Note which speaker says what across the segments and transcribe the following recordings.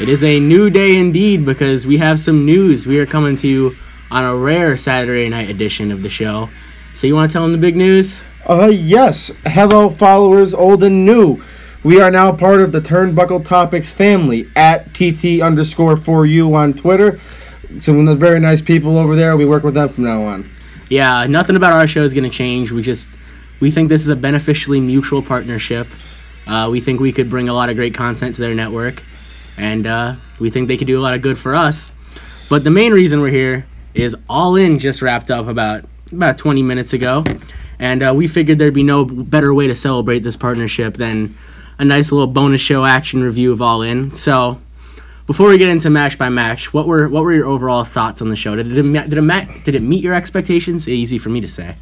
Speaker 1: It is a new day indeed because we have some news we are coming to you on a rare Saturday night edition of the show. So you want to tell them the big news?
Speaker 2: Uh, yes. Hello, followers, old and new. We are now part of the Turnbuckle Topics family at TT underscore for you on Twitter. Some of the very nice people over there. We work with them from now on.
Speaker 1: Yeah, nothing about our show is going to change. We just we think this is a beneficially mutual partnership. Uh, we think we could bring a lot of great content to their network, and uh, we think they could do a lot of good for us. But the main reason we're here is All In just wrapped up about about 20 minutes ago, and uh, we figured there'd be no better way to celebrate this partnership than a nice little bonus show action review of All In. So, before we get into match by match, what were what were your overall thoughts on the show? Did it ma- did it, ma- did it meet your expectations? Easy for me to say.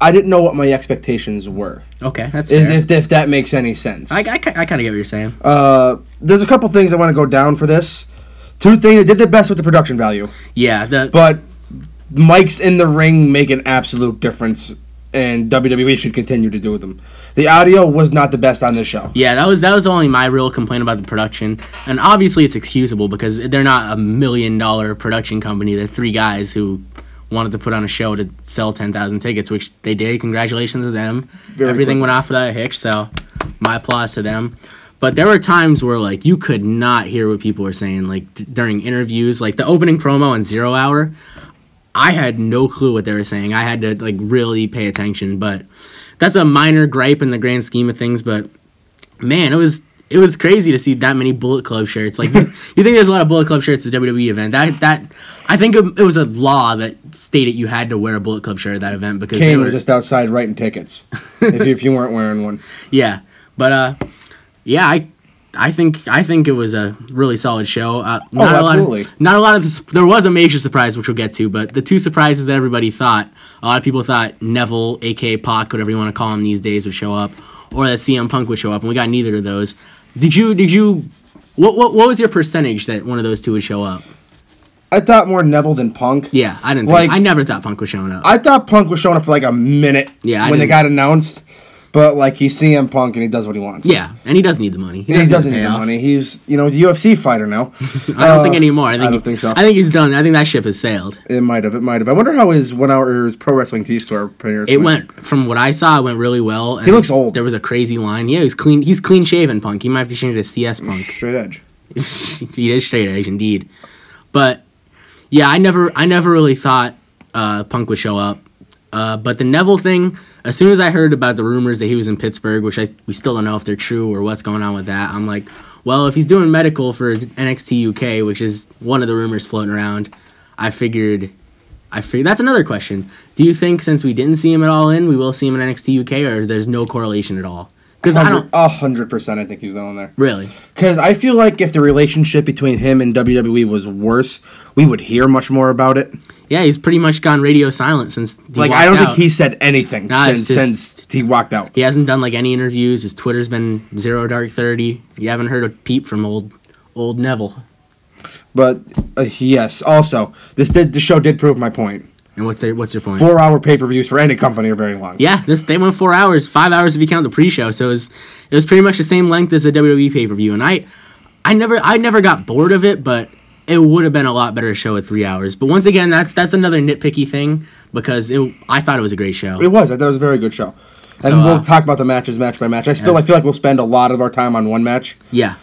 Speaker 2: I didn't know what my expectations were,
Speaker 1: Okay, that's
Speaker 2: is
Speaker 1: fair.
Speaker 2: if, if that makes any sense.
Speaker 1: I, I, ki- I kind of get what you're saying.
Speaker 2: uh, there's a couple things I want to go down for this. Two things they did their best with the production value,
Speaker 1: yeah, the,
Speaker 2: but mics in the ring make an absolute difference, and WWE should continue to do them. The audio was not the best on this show.
Speaker 1: Yeah, that was that was only my real complaint about the production, and obviously it's excusable because they're not a million dollar production company. They're three guys who wanted to put on a show to sell ten thousand tickets, which they did. Congratulations to them. Everything
Speaker 2: cool.
Speaker 1: went off without a hitch, so my applause to them. But there were times where like you could not hear what people were saying, like d- during interviews, like the opening promo and zero hour. I had no clue what they were saying. I had to like really pay attention, but that's a minor gripe in the grand scheme of things. But man, it was it was crazy to see that many Bullet Club shirts. Like you you think there's a lot of Bullet Club shirts at the WWE event. That that I think it, it was a law that stated you had to wear a Bullet Club shirt at that event because they
Speaker 2: Kane
Speaker 1: were,
Speaker 2: was just outside writing tickets. if, you, if you weren't wearing one,
Speaker 1: yeah. But uh, yeah, I I think I think it was a really solid show. Uh, not A
Speaker 2: Oh, absolutely.
Speaker 1: lot of, not a lot of this, there was a major surprise which we'll get to, but the two surprises that everybody thought a lot of people thought Neville, aka Pac, whatever you want to call him these days, would show up, or that CM Punk would show up, and we got neither of those. Did you did you what what what was your percentage that one of those two would show up?
Speaker 2: I thought more Neville than Punk.
Speaker 1: Yeah, I didn't.
Speaker 2: Like-
Speaker 1: think, I never thought Punk was showing up.
Speaker 2: I thought Punk was showing up for like a minute.
Speaker 1: Yeah, I
Speaker 2: when they
Speaker 1: didn't-
Speaker 2: got announced, but like he's CM Punk and he does what he wants.
Speaker 1: yeah, and he does need the money.
Speaker 2: He
Speaker 1: the
Speaker 2: doesn't need the
Speaker 1: payoff.
Speaker 2: money. He's you know he's a UFC fighter now.
Speaker 1: I don't think anymore. I think
Speaker 2: don't
Speaker 1: he-
Speaker 2: think so.
Speaker 1: I think he's done. I think that ship has sailed.
Speaker 2: It might have. It might have. I wonder how his one hour his pro wrestling TV store premiere.
Speaker 1: It went from what I saw. It went really well. And
Speaker 2: looks old.
Speaker 1: There was a crazy line. Yeah, he's clean. He's clean shaven, punk. He might have to change it to CS punk.
Speaker 2: straight edge.
Speaker 1: he is straight edge indeed. But yeah, I never, I never really thought uh, Punk would show up. Uh, but the Neville thing, as soon as I heard about the rumors that he was in Pittsburgh, which I we still don't know if they're true or what's going on with that, I'm like, well, if he's doing medical for NXT UK, which is one of the rumors floating around, I figured, I figured that's another question. Do you think since we didn't see him at all in, we will see him in NXT UK, or there's no correlation at all? Because I don't
Speaker 2: Hundred- A hundred percent. I think he's going there.
Speaker 1: really.
Speaker 2: Because I feel like if the relationship between him and WWE was worse, we would hear much more about it.
Speaker 1: Yeah, he's pretty much gone radio silent since. He
Speaker 2: Like I don't
Speaker 1: walked
Speaker 2: think
Speaker 1: out.
Speaker 2: he said anything
Speaker 1: Nah, it's
Speaker 2: since
Speaker 1: just-
Speaker 2: since he walked out.
Speaker 1: He hasn't done like any interviews. His Twitter's been zero dark thirty. You haven't heard a peep from old old Neville.
Speaker 2: But uh, yes, also this did the show did prove my point.
Speaker 1: And what's their what's your point?
Speaker 2: Four hour pay per views for any company are very long.
Speaker 1: Yeah, this they went four hours, five hours if you count the pre-show. So it was it was pretty much the same length as a WWE pay-per-view. And I I never I never got bored of it, but it would have been a lot better show at three hours. But once again, that's that's another nitpicky thing because it I thought it was a great show.
Speaker 2: It was. I thought it was a very good show. And
Speaker 1: So,
Speaker 2: we'll
Speaker 1: uh,
Speaker 2: talk about the matches match by match. I still I
Speaker 1: Yes.
Speaker 2: feel like we'll spend a lot of our time on one match,
Speaker 1: yeah.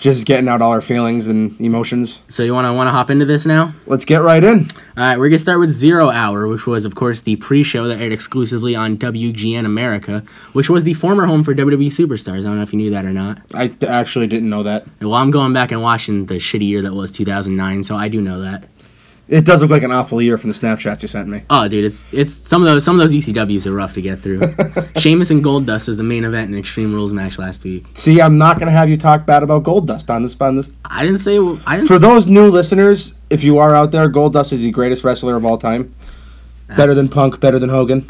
Speaker 2: just getting out all our feelings and emotions.
Speaker 1: So you wanna wanna hop into this now?
Speaker 2: Let's get right in.
Speaker 1: All right, we're going to start with Zero Hour, which was, of course, the pre show that aired exclusively on WGN America, which was the former home for WWE Superstars. I don't know if you knew that or not.
Speaker 2: I t- actually didn't know that.
Speaker 1: And Well, I'm going back and watching the shitty year that was 2009, so I do know that.
Speaker 2: It does look like an awful year from the Snapchats you sent me.
Speaker 1: Oh, dude, it's it's some of those some of those ECWs are rough to get through. Sheamus and Goldust was the main event in Extreme Rules match last week.
Speaker 2: See, I'm not gonna have you talk bad about Gold Dust on this on this.
Speaker 1: I didn't say I didn't.
Speaker 2: For
Speaker 1: s-
Speaker 2: those new listeners, if you are out there, Gold Dust is the greatest wrestler of all time. Better than
Speaker 1: that's-
Speaker 2: Punk, better than Hogan.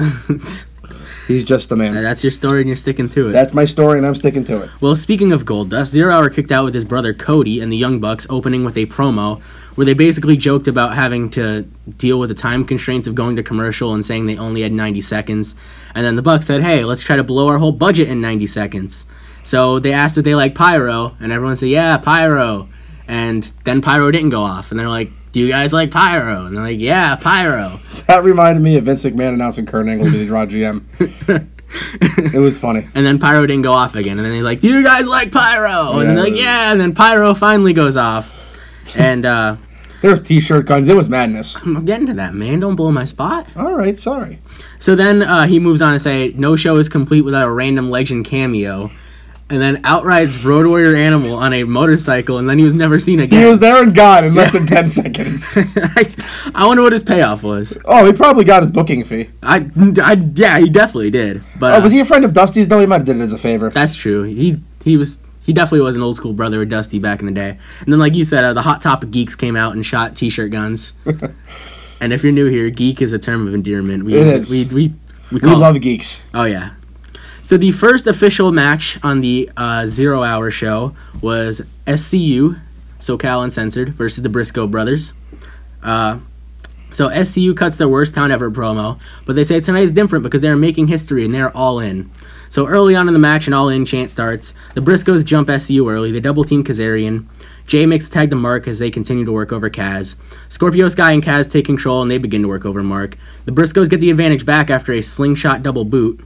Speaker 2: He's just the man.
Speaker 1: That's your story, and you're sticking to it.
Speaker 2: That's my story, and I'm sticking to it.
Speaker 1: Well, speaking of Goldust, Zero Hour kicked out with his brother Cody and the Young Bucks, opening with a promo where they basically joked about having to deal with the time constraints of going to commercial and saying they only had 90 seconds. And then the Bucks said, hey, let's try to blow our whole budget in 90 seconds. So they asked if they like pyro, and everyone said, yeah, pyro. And then Pyro didn't go off, and they're like, "Do you guys like Pyro?" And they're like, "Yeah, Pyro."
Speaker 2: That reminded me of Vince McMahon announcing Kurt Angle to draw GM. it was funny.
Speaker 1: And then Pyro didn't go off again, and then they're like, "Do you guys like Pyro?" And they're like,
Speaker 2: Yeah.
Speaker 1: "Yeah." And then Pyro finally goes off, and uh,
Speaker 2: There was t-shirt guns. It was madness.
Speaker 1: I'm getting to that man. Don't blow my spot.
Speaker 2: All right, sorry.
Speaker 1: So then uh, he moves on to say, "No show is complete without a random legend cameo." And then outrides Road Warrior Animal on a motorcycle, and then he was never seen again.
Speaker 2: He was there and gone in less than ten seconds.
Speaker 1: I, I wonder what his payoff was.
Speaker 2: Oh, he probably got his booking fee.
Speaker 1: I, I yeah, he definitely did. But
Speaker 2: Oh,
Speaker 1: uh,
Speaker 2: was he a friend of Dusty's though? He might have did it as a favor.
Speaker 1: that's true. He he was he definitely was an old school brother of Dusty back in the day. And then, like you said, uh, the Hot Topic geeks came out and shot T-shirt guns. and if you're new here, geek is a term of endearment. We
Speaker 2: It is.
Speaker 1: we we we,
Speaker 2: We
Speaker 1: call
Speaker 2: love geeks.
Speaker 1: Oh yeah. So the first official match on the uh, Zero Hour show was SCU, SoCal Uncensored, versus the Briscoe Brothers. Uh, so SCU cuts their worst town ever promo, but they say tonight is different because they are making history and they are all in. So early on in the match, an all-in chant starts. The Briscoes jump SCU early. They double team Kazarian. Jay makes a tag to Mark as they continue to work over Kaz. Scorpio Sky and Kaz take control and they begin to work over Mark. The Briscoes get the advantage back after a slingshot double boot.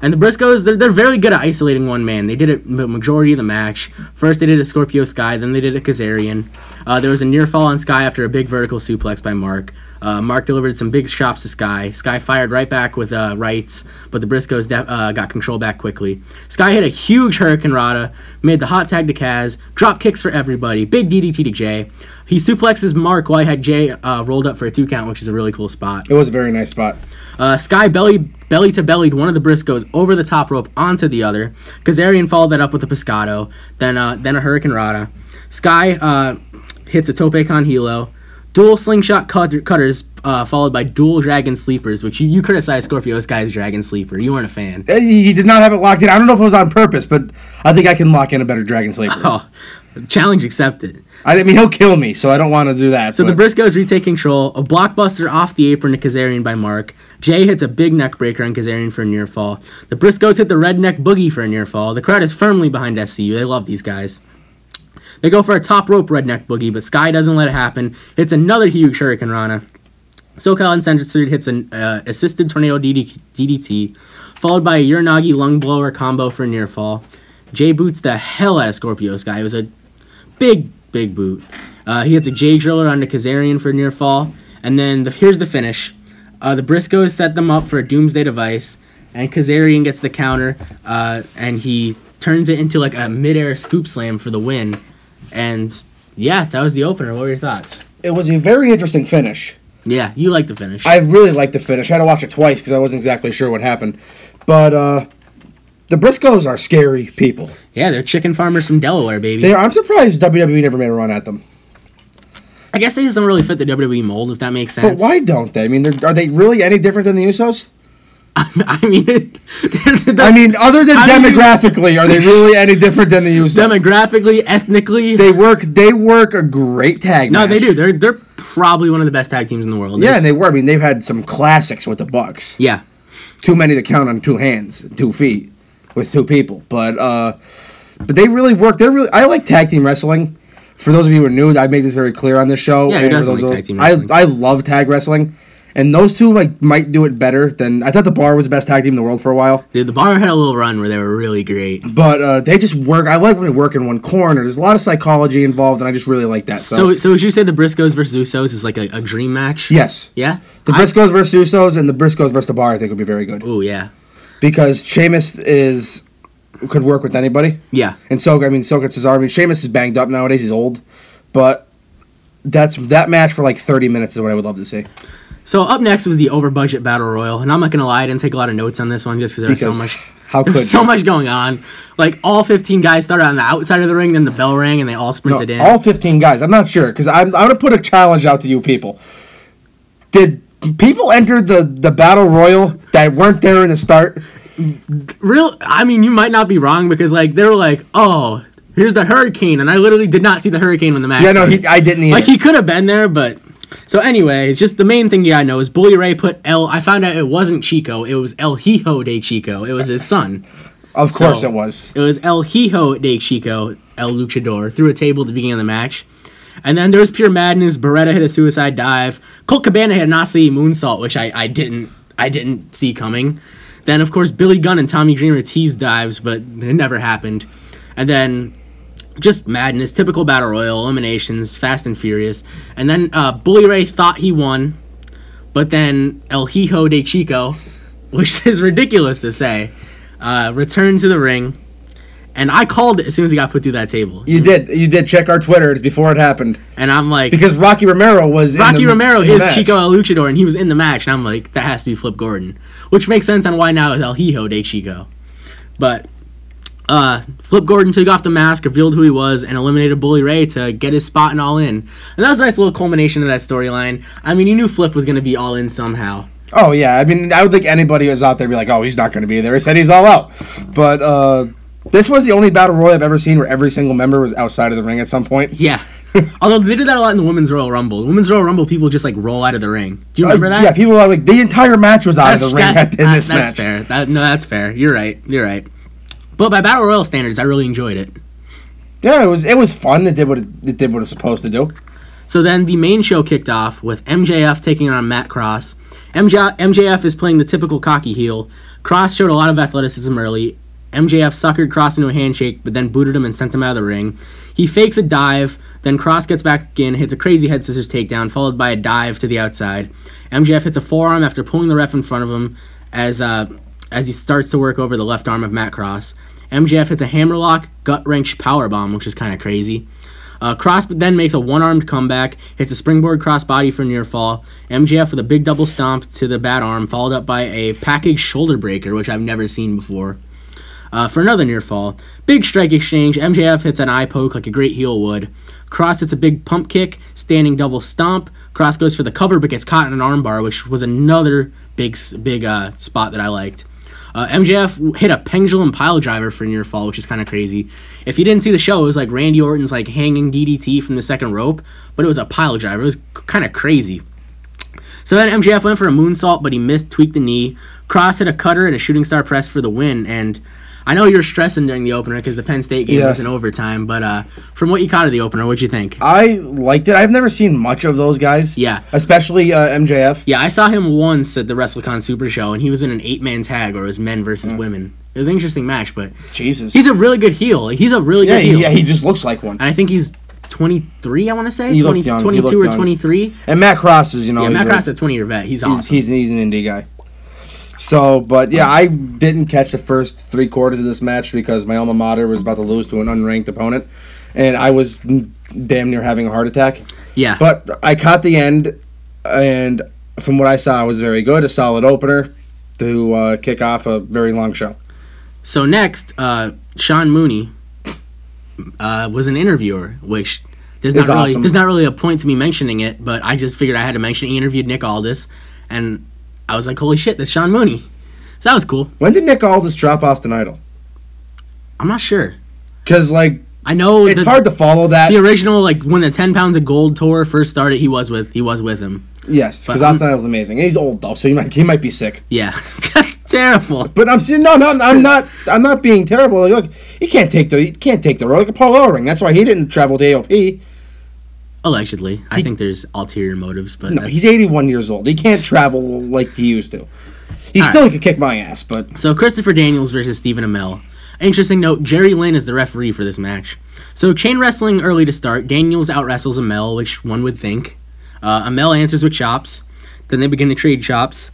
Speaker 1: And the Briscoes, they're, they're very good at isolating one man. They did it the majority of the match. First, they did a Scorpio Sky, then they did a Kazarian. Uh, there was a near fall on Sky after a big vertical suplex by Mark. Uh, Mark delivered some big chops to Sky. Sky fired right back with uh, rights, but the Briscoes de- uh, got control back quickly. Sky hit a huge Hurricane Rata, made the hot tag to Kaz, drop kicks for everybody, big DDT to Jay. He suplexes Mark while he had Jay uh, rolled up for a two count, which is a really cool spot.
Speaker 2: It was a very nice spot.
Speaker 1: Uh, Sky belly belly to bellied one of the Briscoes over the top rope onto the other. Kazarian followed that up with a pescado, then uh, then a Hurricane Rata. Sky uh, hits a tope con hilo. Dual slingshot cut- cutters uh, followed by dual dragon sleepers, which you, you criticized Scorpio Sky's dragon sleeper. You weren't a fan.
Speaker 2: Eh, He he did not have it locked in. I don't know if it was on purpose, but I think I can lock in a better Dragon Sleeper.
Speaker 1: Oh, challenge accepted.
Speaker 2: I mean, he'll kill me, so I don't want to do that.
Speaker 1: So the
Speaker 2: but-
Speaker 1: Briscoes retake control. A blockbuster off the apron to Kazarian by Mark. Jay hits a big neck breaker on Kazarian for a near fall. The Briscoes hit the redneck boogie for a near fall. The crowd is firmly behind SCU. They love these guys. They go for a top rope redneck boogie, but Sky doesn't let it happen. Hits another huge Hurricane Rana. SoCal Uncensored hits an uh, assisted tornado DD- DDT, followed by a Uranagi lung blower combo for a near fall. Jay boots the hell out of Scorpio Sky. It was a big, big boot. Uh, he hits a J driller onto Kazarian for a near fall, and then the, here's the finish. Uh, the Briscoes set them up for a Doomsday device, and Kazarian gets the counter, uh, and he turns it into like a midair scoop slam for the win. And yeah, that was the opener. What were your thoughts?
Speaker 2: it was a very interesting finish.
Speaker 1: Yeah, you like the finish.
Speaker 2: I really liked the finish. I had to watch it twice because I wasn't exactly sure what happened. But uh, the Briscoes are scary people.
Speaker 1: yeah, they're chicken farmers from Delaware, baby.
Speaker 2: They are, I'm surprised WWE never made a run at them.
Speaker 1: I guess they doesn't really fit the WWE mold, if that makes
Speaker 2: But
Speaker 1: sense.
Speaker 2: why don't they? I mean, they're- are they really any different than the Usos?
Speaker 1: I mean, it,
Speaker 2: I mean, other than
Speaker 1: I mean-
Speaker 2: demographically, are they really any different than the Usos?
Speaker 1: demographically, ethnically,
Speaker 2: they work. They work a great tag.
Speaker 1: No,
Speaker 2: match.
Speaker 1: they do. They're they're probably one of the best tag teams in the world.
Speaker 2: Yeah,
Speaker 1: There's-
Speaker 2: and they were. I mean, they've had some classics with the Bucks.
Speaker 1: yeah.
Speaker 2: Too many to count on two hands, two feet, with two people. But uh, but they really work. They're really. I like tag team wrestling. For those of you who are new, I made this very clear on this show.
Speaker 1: Yeah, who
Speaker 2: and for
Speaker 1: doesn't
Speaker 2: those
Speaker 1: like
Speaker 2: of-
Speaker 1: tag team wrestling?
Speaker 2: I I love tag wrestling, and those two like might do it better than I thought. The Bar was the best tag team in the world for a while.
Speaker 1: Dude, the bar had a little run where they were really great.
Speaker 2: But uh, they just work. I like when they work in one corner. There's a lot of psychology involved, and I just really like that. So,
Speaker 1: So so would you say the Briscoes versus Usos is like a, a dream match?
Speaker 2: yes,
Speaker 1: Yeah?
Speaker 2: the Briscoes versus Usos and the Briscoes versus the Bar, I think would be very good
Speaker 1: Oh yeah.
Speaker 2: because Sheamus is could work with anybody,
Speaker 1: Yeah.
Speaker 2: and so I mean, so could Cesaro. I mean, Sheamus is banged up nowadays. He's old, but that's that match for like 30 minutes is what I would love to see.
Speaker 1: So up next was the over budget battle royal, and I'm not gonna lie, I didn't take a lot of notes on this one just because there was
Speaker 2: Because
Speaker 1: so much
Speaker 2: how
Speaker 1: there was
Speaker 2: could
Speaker 1: so
Speaker 2: you?
Speaker 1: much going on. Like all 15 guys started on the outside of the ring, then the bell rang and they all
Speaker 2: No,
Speaker 1: sprinted in.
Speaker 2: all 15 guys. I'm not sure because I'm I'm gonna put a challenge out to you people. Did people enter the the battle royal that weren't there in the start?
Speaker 1: Real I mean you might not be wrong because like they were like, Oh, here's the hurricane and I literally did not see the hurricane when the match
Speaker 2: Yeah, no,
Speaker 1: started.
Speaker 2: he, I didn't either.
Speaker 1: Like he could have been there, but so anyway, it's just the main thing you gotta know is Bully Ray put El. I found out it wasn't Chico; it was El Hijo de Chico. It was his son.
Speaker 2: Of course
Speaker 1: So,
Speaker 2: it was.
Speaker 1: It was El Hijo de Chico, El Luchador, through a table at the beginning of the match. And then there was pure madness. Beretta hit a suicide dive. Colt Cabana hit a Nazi moonsault, which I, I didn't I didn't see coming. Then of course Billy Gunn and Tommy Dreamer teased dives, but it never happened. And then just madness, typical battle royal, eliminations, fast and furious. And then uh, Bully Ray thought he won, but then El Hijo de Chico, which is ridiculous to say, uh, returned to the ring. And I called it as soon as he got put through that table.
Speaker 2: You did. You did check our Twitter before it happened
Speaker 1: And I'm like,
Speaker 2: because Rocky Romero was in
Speaker 1: Rocky
Speaker 2: the-
Speaker 1: Romero
Speaker 2: in the
Speaker 1: is
Speaker 2: match.
Speaker 1: Chico El Luchador, and he was in the match. And I'm like, that has to be Flip Gordon, which makes sense on why now is El Hijo de Chico. But uh, Flip Gordon took off the mask, revealed who he was, and eliminated Bully Ray to get his spot in All In. And that was a nice little culmination of that storyline. I mean, you knew Flip was going to be All In somehow.
Speaker 2: Oh yeah, I mean, I would think anybody who's out there would be like, oh, he's not going to be there. He said he's all out, but uh, this was the only battle royal I've ever seen where every single member was outside of the ring at some point.
Speaker 1: Yeah. Although they did that a lot in the Women's Royal Rumble. The Women's Royal Rumble, people just like roll out of the ring. Do you remember
Speaker 2: Uh,
Speaker 1: that?
Speaker 2: Yeah, people are like the entire match was out of the ring
Speaker 1: that-
Speaker 2: at, in
Speaker 1: that-
Speaker 2: this
Speaker 1: that's
Speaker 2: match.
Speaker 1: fair. That, no, that's fair. You're right. You're right. But by battle royal standards, I really enjoyed it.
Speaker 2: Yeah, it was it was fun. It did what it, it did what it's supposed to do.
Speaker 1: So then the main show kicked off with MJF taking on Matt Cross. MJ, MJF is playing the typical cocky heel. Cross showed a lot of athleticism early. MJF suckered Cross into a handshake, but then booted him and sent him out of the ring. He fakes a dive, then Cross gets back in, hits a crazy head scissors takedown, followed by a dive to the outside. MJF hits a forearm after pulling the ref in front of him as uh, as he starts to work over the left arm of Matt Cross. MJF hits a hammerlock, gut wrench powerbomb, which is kind of crazy. Uh, Cross then makes a one-armed comeback, hits a springboard crossbody for a near fall. MJF with a big double stomp to the bat arm, followed up by a package shoulder breaker, which I've never seen before. Uh, for another near fall, big strike exchange. MJF hits an eye poke like a great heel would. Cross hits a big pump kick, standing double stomp. Cross goes for the cover but gets caught in an armbar, which was another big s- big uh, spot that I liked. Uh, MJF hit a pendulum pile driver for near fall, which is kind of crazy. If you didn't see the show, it was like Randy Orton's like hanging DDT from the second rope, but it was a pile driver. It was kind of crazy. So then MJF went for a moonsault, but he missed, tweaked the knee. Cross hit a cutter and a shooting star press for the win. And I know you were stressing during the opener because the Penn State game
Speaker 2: Yeah.
Speaker 1: was in overtime, but uh, from what you caught of the opener, what'd you think?
Speaker 2: I liked it. I've never seen much of those guys.
Speaker 1: Yeah.
Speaker 2: especially uh, MJF.
Speaker 1: yeah, I saw him once at the WrestleCon Super Show, and he was in an eight man tag where it was men versus
Speaker 2: Mm.
Speaker 1: women. It was an interesting match, but
Speaker 2: Jesus.
Speaker 1: he's a really good heel. He's a really
Speaker 2: yeah,
Speaker 1: good heel.
Speaker 2: he, yeah, he just looks like one.
Speaker 1: and I think he's 23, I want to say?
Speaker 2: He looked young. He
Speaker 1: 22
Speaker 2: looked
Speaker 1: or
Speaker 2: young.
Speaker 1: 23.
Speaker 2: And Matt Cross is, you know,
Speaker 1: Yeah,
Speaker 2: he's
Speaker 1: Matt
Speaker 2: a-
Speaker 1: Cross, is a 20 year vet. He's
Speaker 2: he's,
Speaker 1: awesome.
Speaker 2: he's, an, he's an indie guy. So, but yeah, I didn't catch the first three quarters of this match because my alma mater was about to lose to an unranked opponent, and I was n- damn near having a heart attack.
Speaker 1: yeah.
Speaker 2: But I caught the end, and from what I saw, it was very good. A solid opener to uh, kick off a very long show.
Speaker 1: So next, uh, Sean Mooney uh, was an interviewer, which there's not
Speaker 2: It's
Speaker 1: really
Speaker 2: awesome.
Speaker 1: there's not really a point to me mentioning it, but I just figured I had to mention. it. He interviewed Nick Aldis, and I was like, "Holy shit, that's Sean Mooney!" So that was cool.
Speaker 2: When did Nick Aldis drop Austin Idol?
Speaker 1: I'm not sure.
Speaker 2: Because like
Speaker 1: I know
Speaker 2: it's
Speaker 1: the,
Speaker 2: hard to follow that.
Speaker 1: The original, like when the Ten Pounds of Gold tour first started, he was with he was with him.
Speaker 2: Yes, because
Speaker 1: But I'm-
Speaker 2: Austin Idol's amazing. And He's old though, so he might he might be sick.
Speaker 1: Yeah, that's terrible.
Speaker 2: But I'm saying no, no, I'm not. I'm not being terrible. Like, look, he can't take the he can't take the road. Like Paul Ellering, that's why he didn't travel to AOP.
Speaker 1: Allegedly, I think there's ulterior motives, but
Speaker 2: No,
Speaker 1: that's-
Speaker 2: he's 81 years old. He can't travel like he used to. He still could kick my ass, but
Speaker 1: So Christopher Daniels versus Stephen Amell. Interesting note: Jerry Lynn is the referee for this match. So chain wrestling early to start. Daniels out wrestles Amell, which one would think. Uh, Amell answers with chops. Then they begin to trade chops.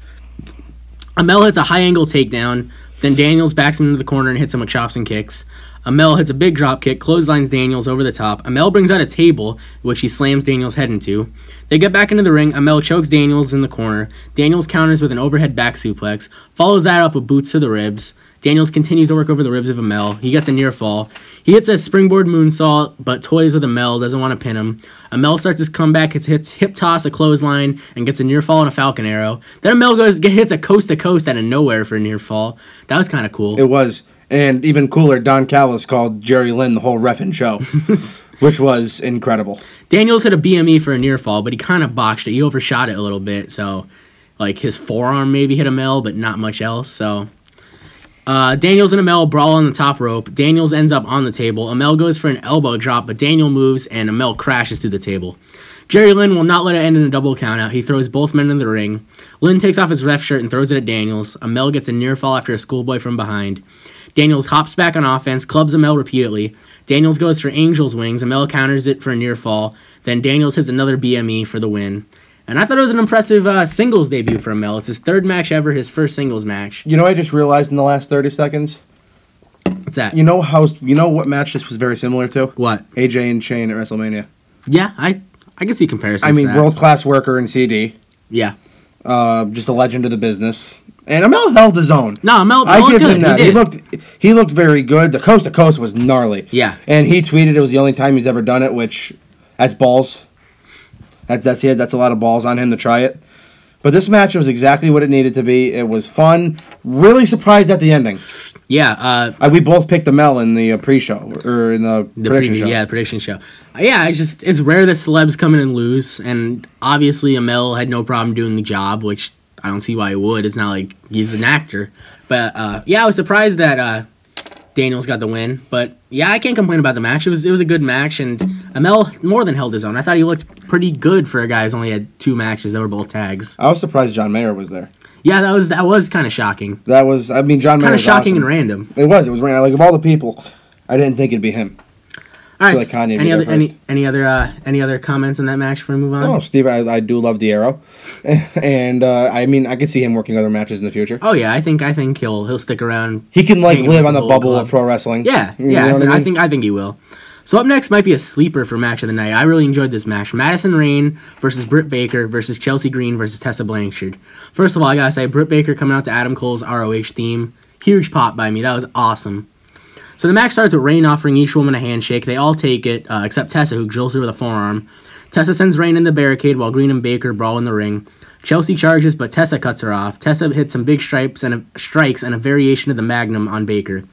Speaker 1: Amell hits a high angle takedown. Then Daniels backs him into the corner and hits him with chops and kicks. Amell hits a big drop kick, clotheslines Daniels over the top. Amell brings out a table, which he slams Daniels' head into. They get back into the ring. Amell chokes Daniels in the corner. Daniels counters with an overhead back suplex, follows that up with boots to the ribs. Daniels continues to work over the ribs of Amel. He gets a near fall. He hits a springboard moonsault, but toys with Amel, doesn't want to pin him. Amel starts his comeback, hits, hits hip toss, a clothesline, and gets a near fall and a falcon arrow. Then Amel goes get, hits a coast to coast out of nowhere for a near fall. That was kind of cool.
Speaker 2: it was. And even cooler, Don Callis called Jerry Lynn the whole refin show, which was incredible.
Speaker 1: Daniels hit a BME for a near fall, but he kind of botched it. He overshot it a little bit, so like his forearm maybe hit Amel, but not much else. So Uh, Daniels and Amel brawl on the top rope. Daniels ends up on the table. Amel goes for an elbow drop, but Daniel moves and Amel crashes through the table. Jerry Lynn will not let it end in a double countout. He throws both men in the ring. Lynn takes off his ref shirt and throws it at Daniels. Amel gets a near fall after a schoolboy from behind. Daniels hops back on offense, clubs Amel repeatedly. Daniels goes for Angel's wings. Amel counters it for a near fall. Then Daniels hits another BME for the win. And I thought it was an impressive uh, singles debut for Amel. It's his third match ever, his first singles match.
Speaker 2: You know, what I just realized in the last thirty seconds.
Speaker 1: What's that?
Speaker 2: You know how? You know what match this was very similar to?
Speaker 1: What?
Speaker 2: AJ and Shane at WrestleMania.
Speaker 1: Yeah, I I can see comparisons.
Speaker 2: I
Speaker 1: to
Speaker 2: mean,
Speaker 1: that.
Speaker 2: world class worker in CD,
Speaker 1: Yeah.
Speaker 2: uh, just a legend of the business, and Amel held his own.
Speaker 1: No, Amel.
Speaker 2: I
Speaker 1: Amel
Speaker 2: give
Speaker 1: Oh, good.
Speaker 2: him that. He,
Speaker 1: did.
Speaker 2: looked, he looked very good. The coast to coast was gnarly.
Speaker 1: Yeah.
Speaker 2: and he tweeted it was the only time he's ever done it, which that's balls. That's that's his. That's a lot of balls on him to try it. But this match was exactly what it needed to be. It was fun. Really surprised at the ending.
Speaker 1: Yeah. Uh,
Speaker 2: I, we both picked Amel in the uh, pre-show or in the,
Speaker 1: the
Speaker 2: prediction
Speaker 1: preview-
Speaker 2: show.
Speaker 1: Yeah, the prediction show. Uh, yeah, I just it's rare that celebs come in and lose, and obviously Amel had no problem doing the job, which I don't see why he would. It's not like he's an actor, but uh, yeah, I was surprised that uh, Daniels got the win. But yeah, I can't complain about the match. It was it was a good match, and Amel more than held his own. I thought he looked pretty good for a guy who's only had two matches that were both tags.
Speaker 2: I was surprised John Mayer was there.
Speaker 1: Yeah, that was that was kind of shocking,
Speaker 2: That was. I mean, John Mayer.
Speaker 1: kind of
Speaker 2: was
Speaker 1: shocking
Speaker 2: awesome.
Speaker 1: and random.
Speaker 2: It was. It was random. Like of all the people, I didn't think it'd be him.
Speaker 1: All right.
Speaker 2: like Kanye would
Speaker 1: any,
Speaker 2: go
Speaker 1: other, any
Speaker 2: first.
Speaker 1: any other uh, any other comments on that match before we move on?
Speaker 2: Oh, Steve, I, I do love the arrow, and uh, I mean, I could see him working other matches in the future.
Speaker 1: Oh yeah, I think I think he'll he'll stick around.
Speaker 2: He can like
Speaker 1: Hanging
Speaker 2: live
Speaker 1: with
Speaker 2: on
Speaker 1: the
Speaker 2: the
Speaker 1: whole
Speaker 2: bubble
Speaker 1: club.
Speaker 2: of pro wrestling.
Speaker 1: Yeah,
Speaker 2: You
Speaker 1: yeah,
Speaker 2: know
Speaker 1: I,
Speaker 2: what
Speaker 1: thi- I
Speaker 2: mean?
Speaker 1: think I think he will. So up next might be a sleeper for match of the night. I really enjoyed this match: Madison Rain versus Britt Baker versus Chelsea Green versus Tessa Blanchard. First of all, I gotta say Britt Baker coming out to Adam Cole's ROH theme, huge pop by me. That was awesome. So the match starts with Rain offering each woman a handshake. They all take it, uh, except Tessa, who drills her with a forearm. Tessa sends Rain in the barricade while Green and Baker brawl in the ring. Chelsea charges, but Tessa cuts her off. Tessa hits some big stripes and a, strikes and a variation of the Magnum on Baker.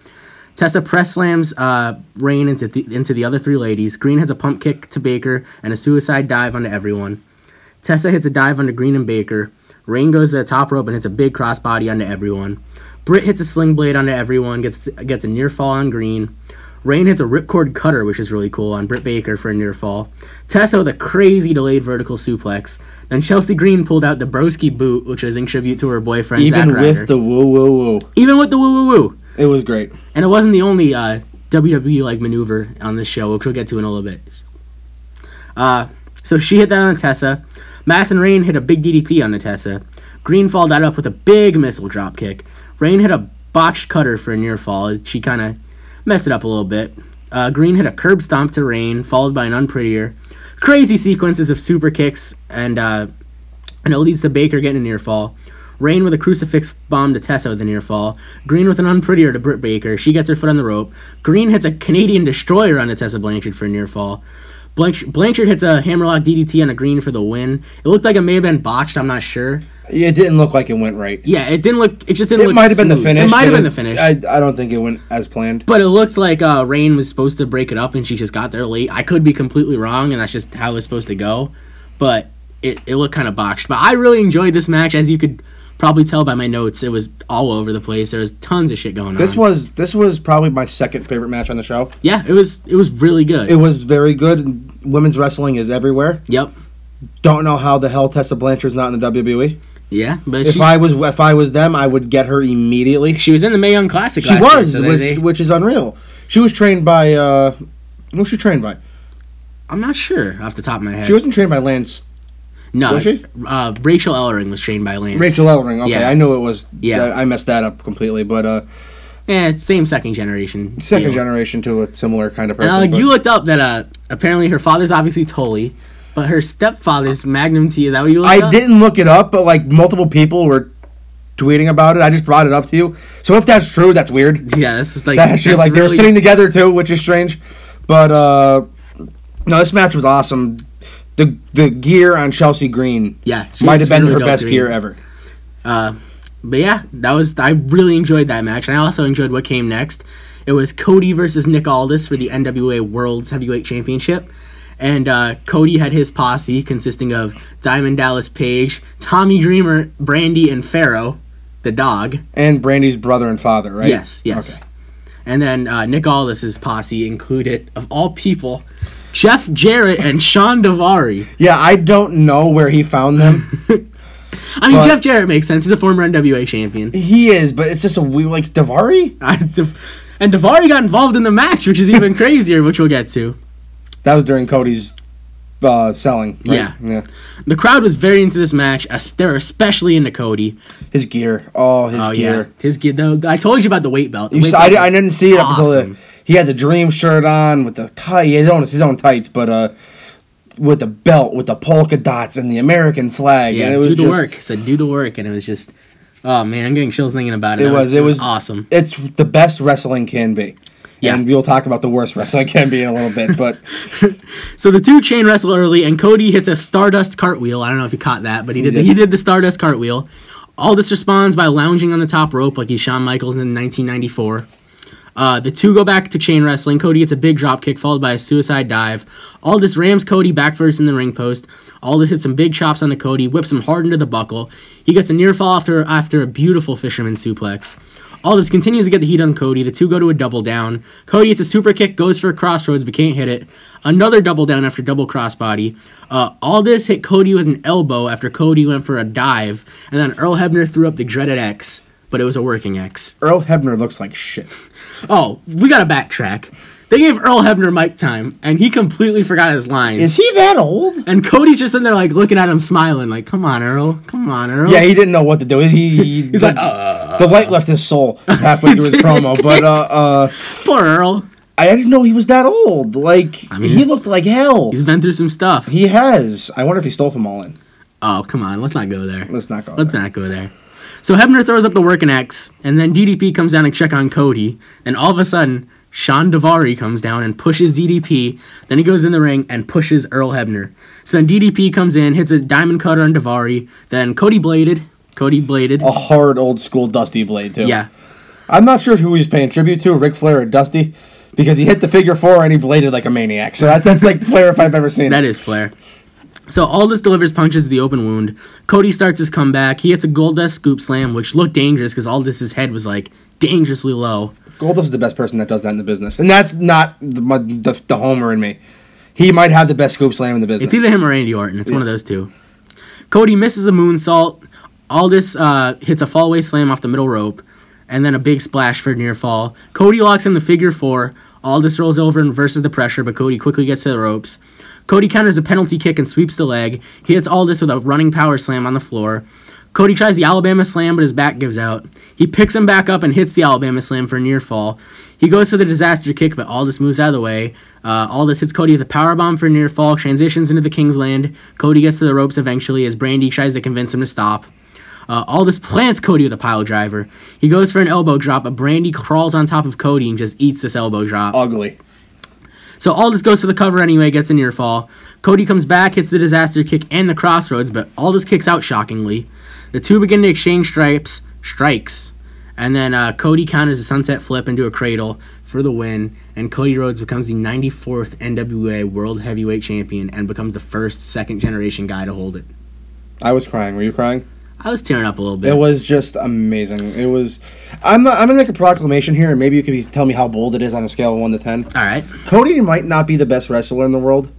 Speaker 1: Tessa press slams uh, Rain into the, into the other three ladies. Green has a pump kick to Baker and a suicide dive onto everyone. Tessa hits a dive onto Green and Baker. Rain goes to the top rope and hits a big crossbody onto everyone. Britt hits a sling blade onto everyone, gets gets a near fall on Green. Rain hits a ripcord cutter, which is really cool, on Britt Baker for a near fall. Tessa with a crazy delayed vertical suplex. Then Chelsea Green pulled out the broski boot, which was in tribute to her boyfriend Zack
Speaker 2: even
Speaker 1: Ryder.
Speaker 2: with the woo woo woo,
Speaker 1: even with the woo woo woo.
Speaker 2: it was great.
Speaker 1: And it wasn't the only uh, WWE like maneuver on this show, which we'll get to in a little bit. Uh, so she hit that on Tessa. Madison Rain hit a big DDT on Tessa. Green followed that up with a big missile drop kick. Rain hit a botched cutter for a near fall. She kind of messed it up a little bit. Uh, Green hit a curb stomp to Rain, followed by an unprettier. Crazy sequences of super kicks and uh, and it leads to Baker getting a near fall. Rain with a crucifix bomb to Tessa with a near fall. Green with an unprettier to Britt Baker. She gets her foot on the rope. Green hits a Canadian destroyer on Tessa Blanchard for a near fall. Blanch- Blanchard hits a hammerlock DDT on a green for the win. It looked like it may have been botched. I'm not sure.
Speaker 2: It didn't look like it went right.
Speaker 1: Yeah, it didn't look. It just didn't.
Speaker 2: It
Speaker 1: look
Speaker 2: might have been the
Speaker 1: smooth.
Speaker 2: finish.
Speaker 1: It might have
Speaker 2: but
Speaker 1: been the finish.
Speaker 2: I, I don't think it went as planned.
Speaker 1: but it looked like uh, Rain was supposed to break it up, and she just got there late. I could be completely wrong, and that's just how it's supposed to go. But it, it looked kind of botched. But I really enjoyed this match, as you could probably tell by my notes. It was all over the place. There was tons of shit going
Speaker 2: This
Speaker 1: on.
Speaker 2: was this was probably my second favorite match on the show.
Speaker 1: yeah, it was it was really good.
Speaker 2: It was very good. Women's wrestling is everywhere.
Speaker 1: yep.
Speaker 2: Don't know how the hell Tessa Blanchard's not in the WWE.
Speaker 1: Yeah, but
Speaker 2: If
Speaker 1: she,
Speaker 2: I was if I was them, I would get her immediately.
Speaker 1: she was in the Mae Young Classic.
Speaker 2: She
Speaker 1: last year,
Speaker 2: was,
Speaker 1: so they-
Speaker 2: which,
Speaker 1: they-
Speaker 2: which is unreal. She was trained by uh, who was she trained by?
Speaker 1: I'm not sure off the top of my head.
Speaker 2: She wasn't trained by Lance
Speaker 1: no,
Speaker 2: was she?
Speaker 1: Uh, Rachel Ellering was trained by Lance.
Speaker 2: Rachel Ellering. Okay,
Speaker 1: Yeah.
Speaker 2: I knew it was.
Speaker 1: Yeah.
Speaker 2: I messed that up completely. But uh,
Speaker 1: Yeah, it's same second generation.
Speaker 2: second
Speaker 1: deal.
Speaker 2: generation to a similar kind of person.
Speaker 1: Uh,
Speaker 2: but-
Speaker 1: you looked up that uh, apparently her father's obviously Tully, but her stepfather's Magnum T. Is that what you looked
Speaker 2: I
Speaker 1: up?
Speaker 2: didn't look it up, but like multiple people were tweeting about it. I just brought it up to you. So if that's true, that's weird.
Speaker 1: Yeah, that's like
Speaker 2: That actually,
Speaker 1: that's
Speaker 2: like they were
Speaker 1: really-
Speaker 2: sitting together too, which is strange. But uh, no, this match was awesome. The the gear on Chelsea Green,
Speaker 1: Yeah, she-
Speaker 2: might have
Speaker 1: she
Speaker 2: been
Speaker 1: really
Speaker 2: her
Speaker 1: dope
Speaker 2: best
Speaker 1: green.
Speaker 2: gear ever.
Speaker 1: Uh, but yeah, that was I really enjoyed that match, and I also enjoyed what came next. It was Cody versus Nick Aldis for the NWA World's Heavyweight Championship, and uh, Cody had his posse consisting of Diamond Dallas Page, Tommy Dreamer, Brandy, and Pharaoh. the dog.
Speaker 2: And Brandy's brother and father, right?
Speaker 1: Yes, yes. And then uh, Nick Aldis's posse included, of all people, Jeff Jarrett and Sean Devary.
Speaker 2: Yeah, I don't know where he found them.
Speaker 1: I mean,
Speaker 2: But-
Speaker 1: Jeff Jarrett makes sense. He's a former NWA champion.
Speaker 2: he is, but it's just a weird, like, Davari?
Speaker 1: I- Dev- and Devary got involved in the match, which is even crazier, which we'll get to.
Speaker 2: That was during Cody's uh, selling. right?
Speaker 1: Yeah.
Speaker 2: Yeah.
Speaker 1: The crowd was very into this match. as- They're especially into Cody.
Speaker 2: His gear. Oh, his
Speaker 1: Oh yeah,
Speaker 2: gear.
Speaker 1: his gear. Though I told you about the weight belt. The
Speaker 2: You
Speaker 1: weight
Speaker 2: saw, I,
Speaker 1: belt
Speaker 2: di-
Speaker 1: was
Speaker 2: I didn't see it up until
Speaker 1: awesome.
Speaker 2: the, he had the dream shirt on with the tie. His own, his own tights, but uh, with the belt with the polka dots and the American flag.
Speaker 1: Yeah,
Speaker 2: and it
Speaker 1: do
Speaker 2: was
Speaker 1: the
Speaker 2: just,
Speaker 1: work. It said do the work, and it was just, oh man, I'm getting chills thinking about it.
Speaker 2: It
Speaker 1: That
Speaker 2: was, It was
Speaker 1: awesome.
Speaker 2: It's the best wrestling can be.
Speaker 1: Yeah.
Speaker 2: And we'll talk about the worst wrestling can be in a little bit, but
Speaker 1: So the two chain wrestle early, and Cody hits a Stardust cartwheel. I don't know if you caught that, but he did. The,
Speaker 2: did.
Speaker 1: he did the Stardust cartwheel. Aldis responds by lounging on the top rope like he's Shawn Michaels in 1994. Uh, the two go back to chain wrestling. Cody gets a big drop kick followed by a suicide dive. Aldis rams Cody back first in the ring post. Aldis hits some big chops onto Cody, whips him hard into the buckle. He gets a near fall after after a beautiful fisherman suplex. Aldis continues to get the heat on Cody. The two go to a double down. Cody hits a super kick, goes for a crossroads, but can't hit it. Another double down after double crossbody. Uh, Aldis hit Cody with an elbow after Cody went for a dive, and then Earl Hebner threw up the dreaded X, but it was a working X.
Speaker 2: Earl Hebner looks like shit.
Speaker 1: Oh, we gotta backtrack. They gave Earl Hebner mic time, and he completely forgot his lines.
Speaker 2: Is he that old?
Speaker 1: and Cody's just in there, like looking at him, smiling, like, "Come on, Earl, come on, Earl."
Speaker 2: Yeah, he didn't know what to do. He, he he's uh.
Speaker 1: like,
Speaker 2: the light left his soul halfway through his promo. But uh, uh,
Speaker 1: poor Earl.
Speaker 2: I didn't know he was that old. Like
Speaker 1: mean,
Speaker 2: he looked like hell.
Speaker 1: He's been through some stuff.
Speaker 2: He has. I wonder if he stole from all in.
Speaker 1: oh, come on, let's not go there.
Speaker 2: Let's not go.
Speaker 1: Let's
Speaker 2: there.
Speaker 1: not go there. So Hebner throws up the working axe, and then DDP comes down and check on Cody, and all of a sudden, Sean Devary comes down and pushes DDP. Then he goes in the ring and pushes Earl Hebner. So then DDP comes in, hits a diamond cutter on Devary. Then Cody bladed. Cody bladed.
Speaker 2: A hard old school Dusty Blade too.
Speaker 1: Yeah.
Speaker 2: I'm not sure who he was paying tribute to, Ric Flair or Dusty, because he hit the figure four and he bladed like a maniac. So that's that's like Flair if I've ever seen.
Speaker 1: That
Speaker 2: it.
Speaker 1: is Flair. So Aldis delivers punches to the open wound. Cody starts his comeback. He hits a gold dust scoop slam, which looked dangerous because Aldis's head was like dangerously low.
Speaker 2: Goldust is the best person that does that in the business, and that's not the, my, the, the Homer in me. He might have the best scoop slam in the business.
Speaker 1: It's either him or Randy Orton. It's one of those two. Cody misses a moonsault. Aldis uh, hits a fallaway slam off the middle rope, and then a big splash for near fall. Cody locks in the figure four. Aldis rolls over and reverses the pressure, but Cody quickly gets to the ropes. Cody counters a penalty kick and sweeps the leg. He hits Aldis with a running power slam on the floor. Cody tries the Alabama slam, but his back gives out. He picks him back up and hits the Alabama slam for a near fall. He goes for the disaster kick, but Aldis moves out of the way. Uh, Aldis hits Cody with a powerbomb for a near fall, transitions into the Kingsland. Cody gets to the ropes eventually as Brandy tries to convince him to stop. Uh, Aldis plants Cody with a pile driver. He goes for an elbow drop, but Brandy crawls on top of Cody and just eats this elbow drop.
Speaker 2: ugly.
Speaker 1: So Aldis goes for the cover anyway, gets a near fall. Cody comes back, hits the disaster kick and the crossroads, but Aldis kicks out shockingly. The two begin to exchange stripes, strikes, and then uh, Cody counters a sunset flip into a cradle for the win. And Cody Rhodes becomes the 94th NWA World Heavyweight Champion and becomes the first second generation guy to hold it.
Speaker 2: I was crying. Were you crying?
Speaker 1: I was tearing up a little
Speaker 2: It
Speaker 1: bit.
Speaker 2: was just amazing. It was. I'm not. I'm gonna make a proclamation here, and maybe you can be, tell me how bold it is on a scale of one to ten.
Speaker 1: All right.
Speaker 2: Cody might not be the best wrestler in the world,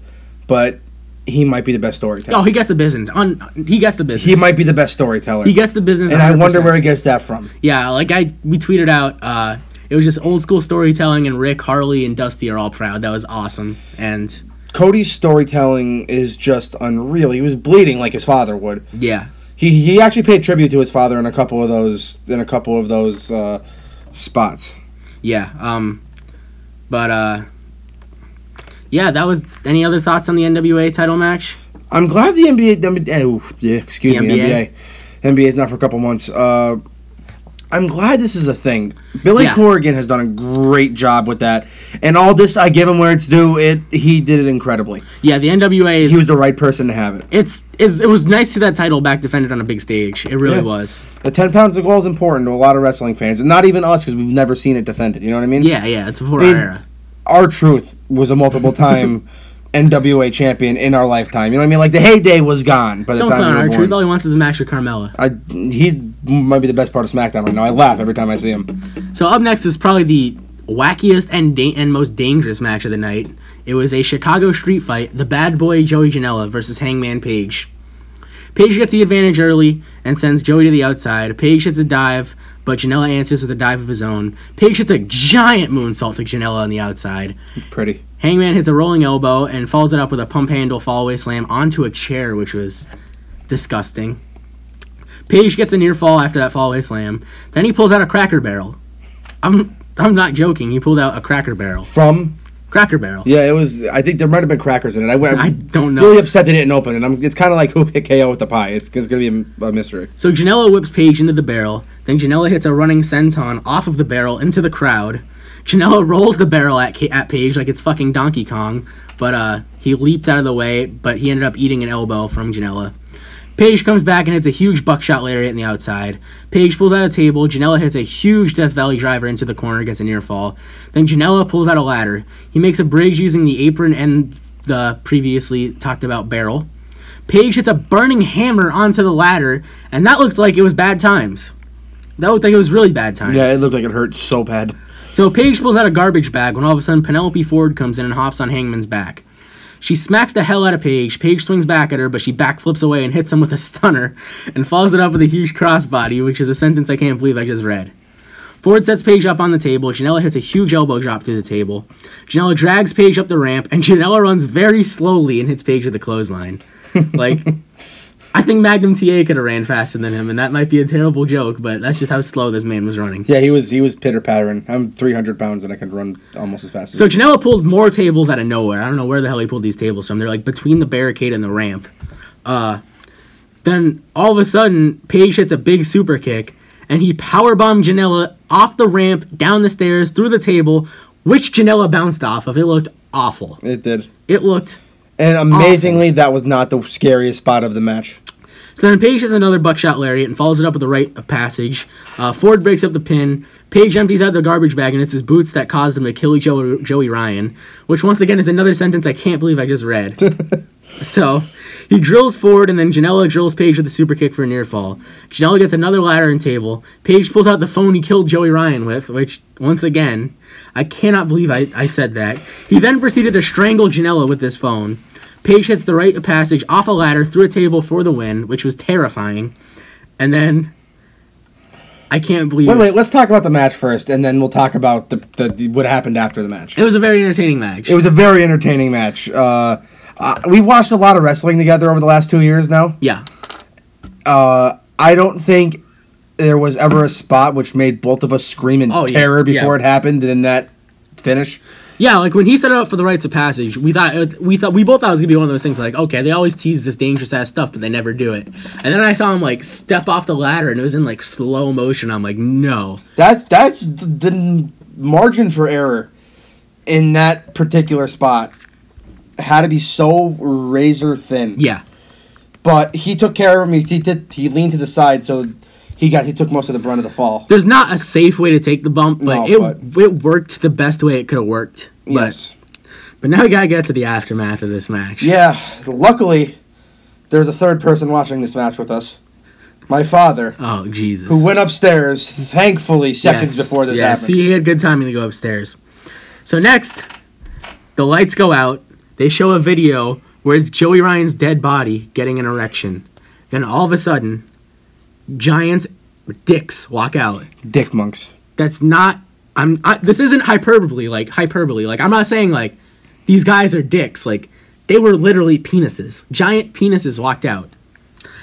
Speaker 2: but he might be the best storyteller.
Speaker 1: Oh, he gets the business. On he gets the business.
Speaker 2: he might be the best storyteller.
Speaker 1: He gets the business.
Speaker 2: and I wonder
Speaker 1: 100%.
Speaker 2: where he gets that from.
Speaker 1: Yeah, like I we tweeted out uh it was just old school storytelling and Rick, Harley, and Dusty are all proud. That was awesome. And
Speaker 2: Cody's storytelling is just unreal. He was bleeding like his father would.
Speaker 1: yeah.
Speaker 2: He he actually paid tribute to his father in a couple of those in a couple of those uh, spots.
Speaker 1: Yeah. Um but uh yeah, that was any other thoughts on the NWA title match?
Speaker 2: I'm glad the NBA. the NBA oh, yeah, excuse
Speaker 1: The
Speaker 2: me,
Speaker 1: NBA.
Speaker 2: NBA. NBA is not for a couple months. Uh, I'm glad this is a thing. Billy
Speaker 1: Yeah.
Speaker 2: Corrigan has done a great job with that, and all this I give him where it's due. It he did it incredibly.
Speaker 1: Yeah, the NWA is
Speaker 2: He was the right person to have it.
Speaker 1: it's, it's it was nice to see that title back defended on a big stage. It really
Speaker 2: Yeah.
Speaker 1: was.
Speaker 2: The 10 pounds of gold is important to a lot of wrestling fans, and not even us because we've never seen it defended. You know what I mean?
Speaker 1: Yeah, yeah, it's before
Speaker 2: mean,
Speaker 1: our era.
Speaker 2: Our truth was a multiple time NWA champion in our lifetime. You know what I mean? Like the heyday was gone by the
Speaker 1: Don't
Speaker 2: time
Speaker 1: clown
Speaker 2: we
Speaker 1: our
Speaker 2: were
Speaker 1: truth.
Speaker 2: born.
Speaker 1: All he wants is a match with Carmella.
Speaker 2: I, he might be the best part of SmackDown right now. I laugh every time I see him.
Speaker 1: So up next is probably the wackiest and da- and most dangerous match of the night. It was a Chicago street fight, the Bad Boy Joey Janela versus Hangman Page. Page gets the advantage early and sends Joey to the outside. Page hits a dive, but Janela answers with a dive of his own. Page hits a giant moonsault to Janela on the outside.
Speaker 2: Pretty.
Speaker 1: Hangman hits a rolling elbow and follows it up with a pump handle fallaway slam onto a chair, which was disgusting. Page gets a near fall after that fallaway slam. Then he pulls out a cracker barrel. I'm I'm not joking. He pulled out a cracker barrel.
Speaker 2: From
Speaker 1: Cracker barrel.
Speaker 2: yeah, it was. I think there might have been crackers in it. I, I'm
Speaker 1: I don't know.
Speaker 2: Really upset they didn't open it. I'm, it's kind of like who hit KO with the pie. It's, it's gonna be a, a mystery.
Speaker 1: So Janela whips Page into the barrel. Then Janela hits a running senton off of the barrel into the crowd. Janela rolls the barrel at Ca- at Page like it's fucking Donkey Kong, but uh, he leaps out of the way. But he ended up eating an elbow from Janela. Page comes back and hits a huge buckshot lariat in the outside. Page pulls out a table. Janela hits a huge Death Valley driver into the corner, gets a near fall. Then Janela pulls out a ladder. He makes a bridge using the apron and the previously talked about barrel. Page hits a burning hammer onto the ladder, and that looked like it was bad times. That looked like it was really bad times.
Speaker 2: Yeah, it looked like it hurt so bad.
Speaker 1: So Paige pulls out a garbage bag when all of a sudden Penelope Ford comes in and hops on Hangman's back. She smacks the hell out of Paige. Paige swings back at her, but she backflips away and hits him with a stunner and follows it up with a huge crossbody, which is a sentence I can't believe I just read. Ford sets Paige up on the table. Janela hits a huge elbow drop through the table. Janela drags Paige up the ramp, and Janela runs very slowly and hits Paige with a clothesline. Like, I think Magnum TA could have ran faster than him, and that might be a terrible joke, but that's just how slow this man was running.
Speaker 2: Yeah, he was he was pitter pattering. I'm 300 pounds and I can run almost as fast as.
Speaker 1: So Janela pulled more tables out of nowhere. I don't know where the hell he pulled these tables from. They're like between the barricade and the ramp. Uh, then all of a sudden, Paige hits a big super kick, and he powerbombed Janela off the ramp, down the stairs, through the table, which Janela bounced off of. It looked awful.
Speaker 2: it did.
Speaker 1: It looked.
Speaker 2: And amazingly, that was not the scariest spot of the match.
Speaker 1: So then Paige hits another buckshot lariat and follows it up with a rite of passage. Uh, Ford breaks up the pin. Paige empties out the garbage bag, and it's his boots that caused him to kill Joey, Joey Ryan, which once again is another sentence I can't believe I just read. So he drills forward, and then Janela drills Paige with a super kick for a near fall. Janela gets another ladder and table. Paige pulls out the phone he killed Joey Ryan with, which, once again, I cannot believe I, I said that. He then proceeded to strangle Janela with this phone. Paige hits the right of passage off a ladder through a table for the win, which was terrifying. And then. I can't believe
Speaker 2: Wait, wait, let's talk about the match first, and then we'll talk about the, the, the what happened after the match.
Speaker 1: it was a very entertaining match.
Speaker 2: It was a very entertaining match. Uh, uh, we've watched a lot of wrestling together over the last two years now.
Speaker 1: yeah.
Speaker 2: I don't think there was ever a spot which made both of us scream in
Speaker 1: Oh, yeah,
Speaker 2: terror
Speaker 1: yeah.
Speaker 2: before it happened than that finish.
Speaker 1: Yeah, like when he set it up for the rites of passage, we thought uh, we thought we both thought it was gonna be one of those things like, okay, they always tease this dangerous ass stuff, but they never do it. And then I saw him like step off the ladder, and it was in like slow motion. I'm like, no,
Speaker 2: That's that's the, the margin for error in that particular spot had to be so razor thin.
Speaker 1: yeah,
Speaker 2: But he took care of me. He did. He leaned to the side, so he got he took most of the brunt of the fall.
Speaker 1: there's not a safe way to take the bump, but
Speaker 2: No,
Speaker 1: it it worked the best way it could have worked. But, but now we gotta get to the aftermath of this match.
Speaker 2: Yeah. Luckily, there's a third person watching this match with us. My father,
Speaker 1: Oh Jesus.
Speaker 2: who went upstairs, thankfully, seconds
Speaker 1: Yes,
Speaker 2: before this
Speaker 1: yes.
Speaker 2: happened.
Speaker 1: See, he had good timing to go upstairs. So next, the lights go out. They show a video where it's Joey Ryan's dead body getting an erection. Then all of a sudden, giants dicks walk out.
Speaker 2: Dick monks.
Speaker 1: That's not. I'm. I, this isn't hyperbole. Like hyperbole. Like I'm not saying like these guys are dicks. Like they were literally penises. Giant penises walked out.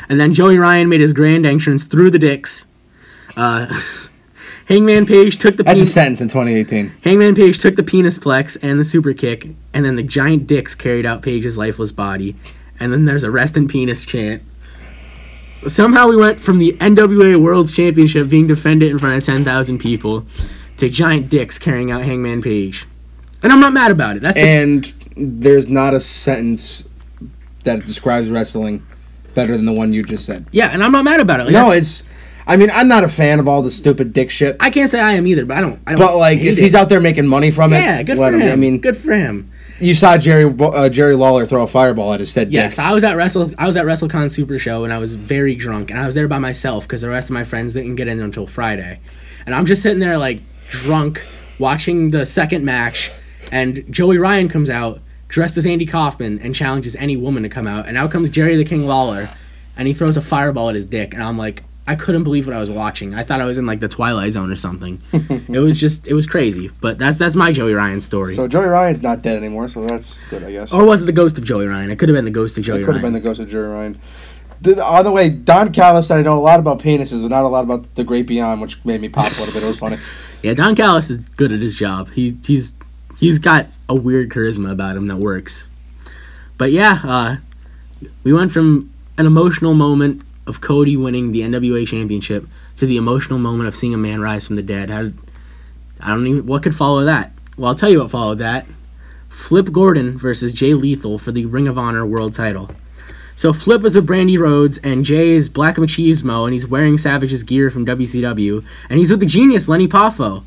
Speaker 1: And then Joey Ryan made his grand entrance through the dicks. Uh, Hangman Page took the.
Speaker 2: That's a
Speaker 1: pen-
Speaker 2: sentence in 2018.
Speaker 1: Hangman Page took the penis plex and the super kick, and then the giant dicks carried out Page's lifeless body. And then there's a rest in penis chant. Somehow we went from the NWA World Championship being defended in front of 10,000 people to giant dicks carrying out Hangman Page. And I'm not mad about it. That's the,
Speaker 2: And there's not a sentence that describes wrestling better than the one you just said.
Speaker 1: yeah, and I'm not mad about it. Like,
Speaker 2: No,
Speaker 1: that's-
Speaker 2: it's. I mean, I'm not a fan of all the stupid dick shit.
Speaker 1: I can't say I am either, but I don't. I don't
Speaker 2: But like,
Speaker 1: hate
Speaker 2: if he's
Speaker 1: it.
Speaker 2: out there making money from it,
Speaker 1: yeah, good
Speaker 2: let
Speaker 1: for him.
Speaker 2: I mean,
Speaker 1: good for him.
Speaker 2: You saw Jerry uh, Jerry Lawler throw a fireball at his head.
Speaker 1: Yes, I was at Wrestle I was at WrestleCon Super Show and I was very drunk and I was there by myself because the rest of my friends didn't get in until Friday, and I'm just sitting there like drunk watching the second match, and Joey Ryan comes out dressed as Andy Kaufman and challenges any woman to come out, and out comes Jerry the King Lawler, and he throws a fireball at his dick, and I'm like. I couldn't believe what I was watching. I thought I was in like the Twilight Zone or something. it was just, it was crazy. But that's that's my Joey Ryan story.
Speaker 2: So Joey Ryan's not dead anymore, so that's good, I guess.
Speaker 1: Or was it the ghost of Joey Ryan? It could have been the ghost of Joey
Speaker 2: Could have
Speaker 1: Ryan.
Speaker 2: been the ghost of Jerry Ryan. The, on the way, Don Callis said I know a lot about penises, but not a lot about the great beyond, which made me pop a little bit. It was funny.
Speaker 1: yeah, Don Callis is good at his job. He he's he's got a weird charisma about him that works. But yeah, uh, we went from an emotional moment of Cody winning the NWA championship to the emotional moment of seeing a man rise from the dead. How I don't even what could follow that. Well, I'll tell you what followed that. Flip Gordon versus Jay Lethal for the Ring of Honor World Title. So Flip is with Brandy Rhodes and Jay is Black Machismo and he's wearing Savage's gear from WCW and he's with the genius Lenny Poffo.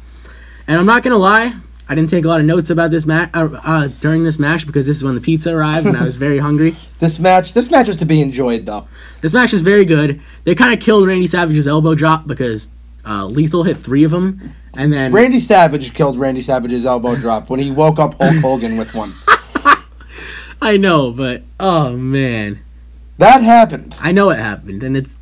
Speaker 1: And I'm not gonna lie, I didn't take a lot of notes about this match uh, uh, during this match because this is when the pizza arrived and I was very hungry.
Speaker 2: This match, this match was to be enjoyed though.
Speaker 1: This match is very good. They kind of killed Randy Savage's elbow drop because uh, Lethal hit three of them, and then
Speaker 2: Randy Savage killed Randy Savage's elbow drop when he woke up Hulk Hogan with one.
Speaker 1: I know, but oh man,
Speaker 2: That happened.
Speaker 1: I know it happened, and it's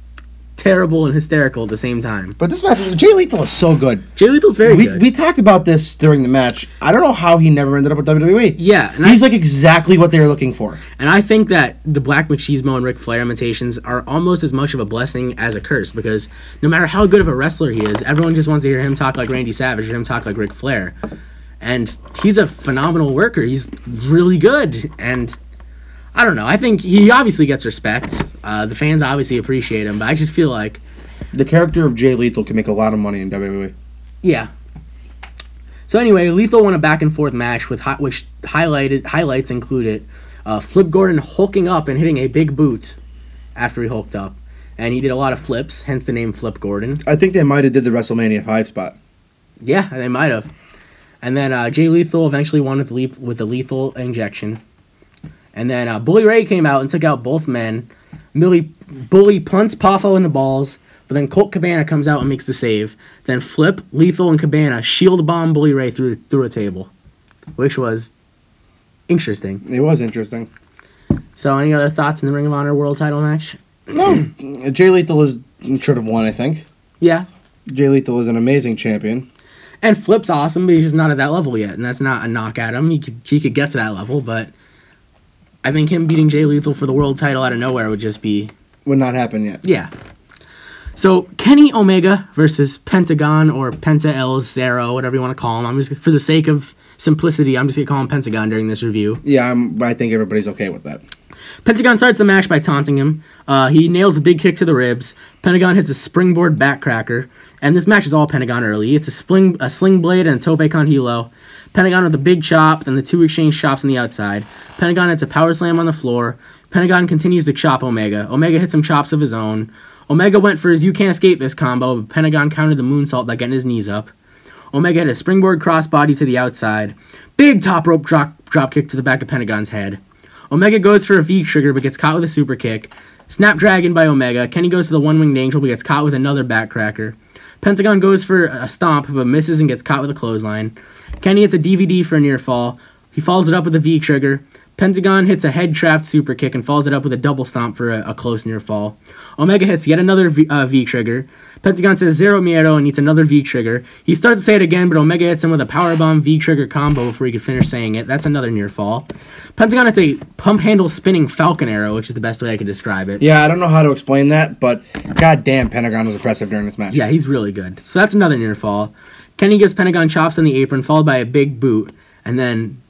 Speaker 1: terrible and hysterical at the same time.
Speaker 2: But this match, was, Jay Lethal was so good.
Speaker 1: Jay Lethal's very
Speaker 2: We,
Speaker 1: good.
Speaker 2: we talked about this during the match. I don't know how he never ended up with WWE.
Speaker 1: yeah, and I,
Speaker 2: He's like exactly what they were looking for.
Speaker 1: and I think that the Black Machismo and Ric Flair imitations are almost as much of a blessing as a curse because no matter how good of a wrestler he is, everyone just wants to hear him talk like Randy Savage and him talk like Ric Flair. And he's a phenomenal worker. He's really good. And I don't know. I think he obviously gets respect. Uh, the fans obviously appreciate him, but I just feel like
Speaker 2: The character of Jay Lethal can make a lot of money in E. WWE.
Speaker 1: Yeah. So anyway, Lethal won a back and forth match with hi- which highlighted highlights included uh, Flip Gordon hulking up and hitting a big boot after he hulked up, and he did a lot of flips, hence the name Flip Gordon.
Speaker 2: I think they might have did the WrestleMania five spot.
Speaker 1: Yeah, they might have. And then uh, Jay Lethal eventually won with the, leth- with the lethal injection. And then uh, Bully Ray came out and took out both men. Millie Bully punts Poffo in the balls, but then Colt Cabana comes out and makes the save. Then Flip, Lethal, and Cabana shield bomb Bully Ray through through a table, which was interesting.
Speaker 2: It was interesting.
Speaker 1: So, any other thoughts in the Ring of Honor World Title match?
Speaker 2: Jay Lethal is should have won. I think
Speaker 1: Yeah,
Speaker 2: Jay Lethal is an amazing champion.
Speaker 1: And Flip's awesome, but he's just not at that level yet, and that's not a knock at him. He could he could get to that level, but I think him beating Jay Lethal for the world title out of nowhere would just be
Speaker 2: Would not happen yet.
Speaker 1: yeah. So Kenny Omega versus Pentagon or Penta El Zero, whatever you want to call him. I'm just for the sake of simplicity, I'm just gonna call him Pentagon during this review.
Speaker 2: Yeah, I'm, I think everybody's okay with that.
Speaker 1: Pentagon starts the match by taunting him. Uh, he nails a big kick to the ribs. Pentagon hits a springboard backcracker, and this match is all Pentagon early. It's a sling, a sling blade and a tope con hilo. Pentagon with a big chop, then the two exchange chops on the outside. Pentagon hits a power slam on the floor. Pentagon continues to chop Omega. Omega hits some chops of his own. Omega went for his "You Can't Escape This" combo, but Pentagon countered the moonsault by getting his knees up. Omega hit a springboard crossbody to the outside. Big top rope drop, drop kick to the back of Pentagon's head. Omega goes for a V trigger but gets caught with a super kick. Snapdragon by Omega. Kenny goes to the one winged angel but gets caught with another backcracker. Pentagon goes for a stomp but misses and gets caught with a clothesline. Kenny hits a DVD for a near fall. He follows it up with a V trigger. Pentagon hits a head trapped super kick and follows it up with a double stomp for a, a close near fall. Omega hits yet another V, uh, v trigger. Pentagon says zero miedo and hits another V trigger. He starts to say it again, but Omega hits him with a powerbomb V trigger combo before he could finish saying it. That's another near fall. Pentagon hits a pump handle spinning falcon arrow, which is the best way I could describe it.
Speaker 2: Yeah, I don't know how to explain that, but goddamn, Pentagon was impressive during this match.
Speaker 1: Yeah, he's really good. So that's another near fall. Kenny gives Pentagon chops on the apron, followed by a big boot, and then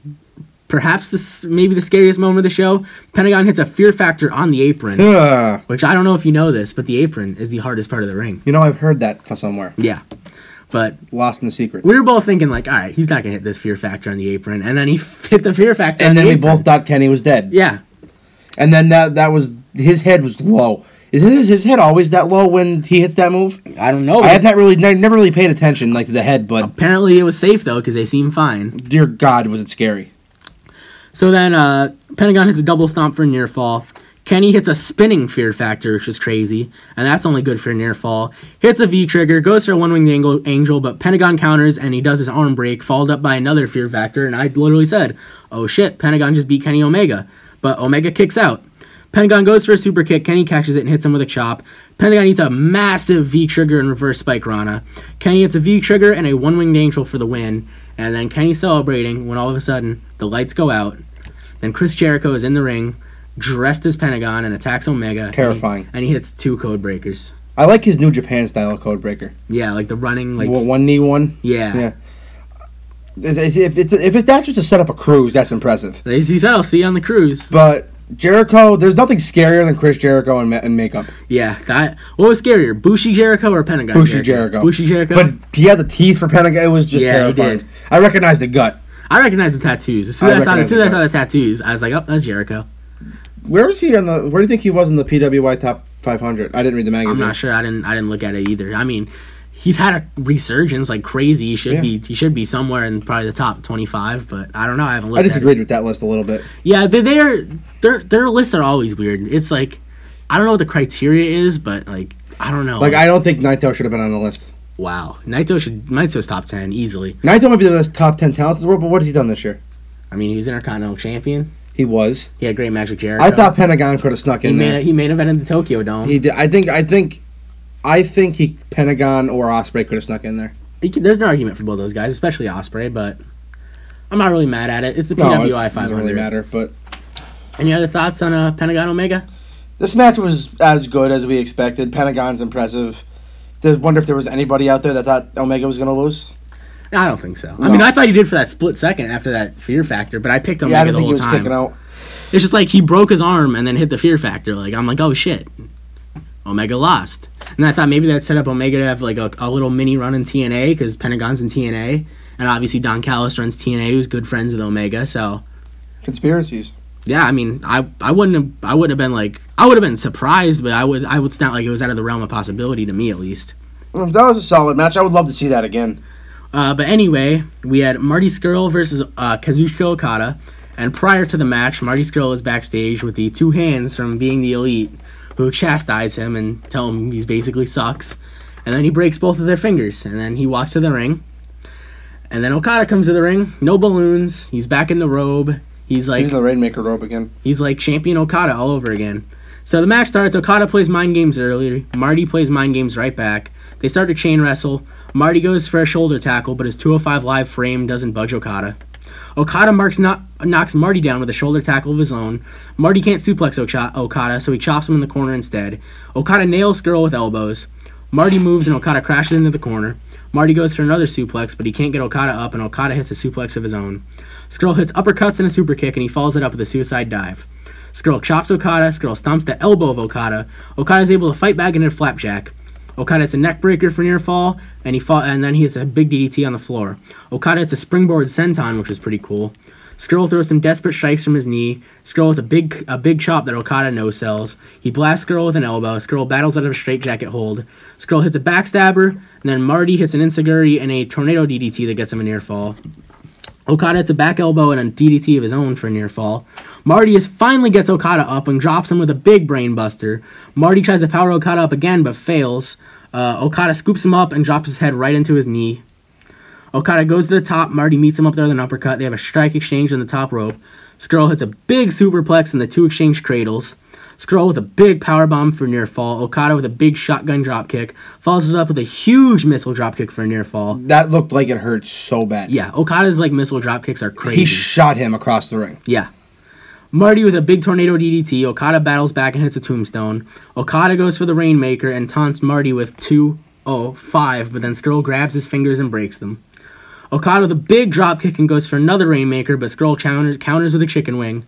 Speaker 1: perhaps this maybe the scariest moment of the show. Pentagon hits a fear factor on the apron,
Speaker 2: Ugh.
Speaker 1: which I don't know if you know this, but the apron is the hardest part of the ring.
Speaker 2: you know, I've heard that from somewhere.
Speaker 1: Yeah, but
Speaker 2: Lost in the secrets.
Speaker 1: we were both thinking like, all right, he's not gonna hit this fear factor on the apron, and then he hit the fear factor. on
Speaker 2: and then
Speaker 1: the
Speaker 2: we
Speaker 1: apron.
Speaker 2: both thought Kenny was dead.
Speaker 1: Yeah,
Speaker 2: And then that that was his head was low. Is his, his head always that low when he hits that move?
Speaker 1: I don't know.
Speaker 2: I have not really ne- never really paid attention
Speaker 1: Oh.
Speaker 2: like to the head, but
Speaker 1: Apparently it was safe though because they seem fine.
Speaker 2: dear God, was it scary?
Speaker 1: So then uh, Pentagon hits a double stomp for near fall. Kenny hits a spinning fear factor, which is crazy, and that's only good for near fall. Hits a V trigger, goes for a one winged angel, angel, but Pentagon counters and he does his arm break, followed up by another fear factor. And I literally said, oh shit, Pentagon just beat Kenny Omega. But Omega kicks out. Pentagon goes for a super kick. Kenny catches it and hits him with a chop. Pentagon eats a massive V trigger and reverse spike Rana. Kenny hits a V trigger and a one winged angel for the win. And then Kenny's celebrating when all of a sudden the lights go out. Then Chris Jericho is in the ring, dressed as Pentagon, and attacks Omega. and he-
Speaker 2: Terrifying.
Speaker 1: And he, hits two code breakers.
Speaker 2: I like his New Japan style code breaker.
Speaker 1: Yeah, like the running, like
Speaker 2: Well, one knee, one.
Speaker 1: yeah.
Speaker 2: Yeah. Is- is- If it's if it's that's just to set up a cruise, that's impressive.
Speaker 1: They- He said, "I'll see you on the cruise."
Speaker 2: But Jericho, there's nothing scarier than Chris Jericho in, ma- in makeup.
Speaker 1: Yeah, that. What was scarier, Bushi Jericho or Pentagon?
Speaker 2: Bushi Jericho.
Speaker 1: Bushi Jericho.
Speaker 2: But he had the teeth for Pentagon. It was just
Speaker 1: Yeah, he
Speaker 2: terrifying.
Speaker 1: did.
Speaker 2: I recognize the gut.
Speaker 1: I recognize the tattoos. As soon
Speaker 2: I
Speaker 1: as I, saw, as
Speaker 2: recognize
Speaker 1: soon as I
Speaker 2: the
Speaker 1: saw the tattoos, I was like, "Oh, that's Jericho."
Speaker 2: Where was he on the? Where do you think he was in the PWI top 500? I didn't read the magazine.
Speaker 1: I'm not sure. I didn't. I didn't look at it either. I mean, he's had a resurgence like crazy. He should
Speaker 2: Yeah.
Speaker 1: be. He should be somewhere in probably the top 25. But I don't know. I haven't looked.
Speaker 2: I
Speaker 1: at it.
Speaker 2: disagreed with that list a little bit.
Speaker 1: Yeah, they, they're their their lists are always weird. It's like I don't know what the criteria is, but like I don't know.
Speaker 2: Like I don't think Naito should have been on the list.
Speaker 1: wow, Naito should Naito's top ten easily.
Speaker 2: Naito might be the best top ten talents in the world, but what has he done this year?
Speaker 1: I mean, he was Intercontinental Champion.
Speaker 2: He was.
Speaker 1: He had a great match with Jericho.
Speaker 2: I thought Pentagon could have snuck
Speaker 1: he
Speaker 2: in
Speaker 1: made
Speaker 2: there.
Speaker 1: a, he made event in the Tokyo Dome.
Speaker 2: He did. I think. I think. I think he Pentagon or Osprey could have snuck in there.
Speaker 1: You can- there's an argument for both those guys, especially Osprey, but. I'm not really mad at it. It's the
Speaker 2: No, it's,
Speaker 1: PWI
Speaker 2: it
Speaker 1: 500.
Speaker 2: doesn't really matter. But
Speaker 1: Any other thoughts on uh, Pentagon Omega?
Speaker 2: this match was as good as we expected. Pentagon's impressive. Did wonder if there was anybody out there that thought Omega was going to lose.
Speaker 1: I don't think so. I mean,
Speaker 2: No.
Speaker 1: I thought he did for that split second after that fear factor, but I picked Omega
Speaker 2: Yeah, I didn't
Speaker 1: the
Speaker 2: think he
Speaker 1: whole
Speaker 2: was
Speaker 1: time.
Speaker 2: kicking out.
Speaker 1: It's just like he broke his arm and then hit the fear factor. Like I'm like, oh shit, Omega lost. And I thought maybe that set up Omega to have like a, a little mini run in TNA because Pentagon's in TNA, and obviously Don Callis runs TNA, who's good friends with Omega. So
Speaker 2: Conspiracies.
Speaker 1: yeah, I mean, I I wouldn't have I wouldn't have been like I would have been surprised, but I would I would it's not like it was out of the realm of possibility to me at least.
Speaker 2: Well, Mm, That was a solid match. I would love to see that again.
Speaker 1: Uh, but anyway, we had Marty Skrull versus uh, Kazuchika Okada. And prior to the match, Marty Skrull is backstage with the two hands from being the elite, who chastise him and tell him he's basically sucks. And then he breaks both of their fingers. And then he walks to the ring. And then Okada comes to the ring. No balloons. He's back in the robe. He's like
Speaker 2: He's in the Rainmaker robe again.
Speaker 1: He's like champion Okada all over again. So the match starts. Okada plays mind games earlier. Marty plays mind games right back. They start to chain wrestle. Marty goes for a shoulder tackle, but his 205 live frame doesn't budge Okada. Okada marks not, knocks Marty down with a shoulder tackle of his own. Marty can't suplex Ocha- Okada, so he chops him in the corner instead. Okada nails Skrull with elbows. Marty moves and Okada crashes into the corner. Marty goes for another suplex, but he can't get Okada up, and Okada hits a suplex of his own. Skrull hits uppercuts and a super kick, and he follows it up with a suicide dive. Skrull chops Okada. Skrull stomps the elbow of Okada. Okada is able to fight back into a flapjack. Okada hits a neck breaker for near fall, and he fought, and then he hits a big DDT on the floor. Okada hits a springboard senton, which is pretty cool. Skrull throws some desperate strikes from his knee. Skrull with a big a big chop that Okada no sells. He blasts Skrull with an elbow. Skrull battles out of a straitjacket hold. Skrull hits a backstabber, and then Marty hits an insiguri and a tornado DDT that gets him a near fall. Okada hits a back elbow and a DDT of his own for a near fall. Marty is finally gets Okada up and drops him with a big brain buster. Marty tries to power Okada up again but fails. Uh, Okada scoops him up and drops his head right into his knee. Okada goes to the top. Marty meets him up there with an uppercut. They have a strike exchange on the top rope. Skrull hits a big superplex and the two exchange cradles. Skrull with a big powerbomb for near fall. Okada with a big shotgun dropkick. Follows it up with a huge missile dropkick for a near fall.
Speaker 2: That looked like it hurt so bad.
Speaker 1: Yeah, Okada's like missile dropkicks are crazy.
Speaker 2: He shot him across the ring.
Speaker 1: Yeah. Marty with a big tornado DDT. Okada battles back and hits a tombstone. Okada goes for the Rainmaker and taunts Marty with 205, but then Skrull grabs his fingers and breaks them. Okada with a big dropkick and goes for another Rainmaker, but Skrull counters, counters with a chicken wing.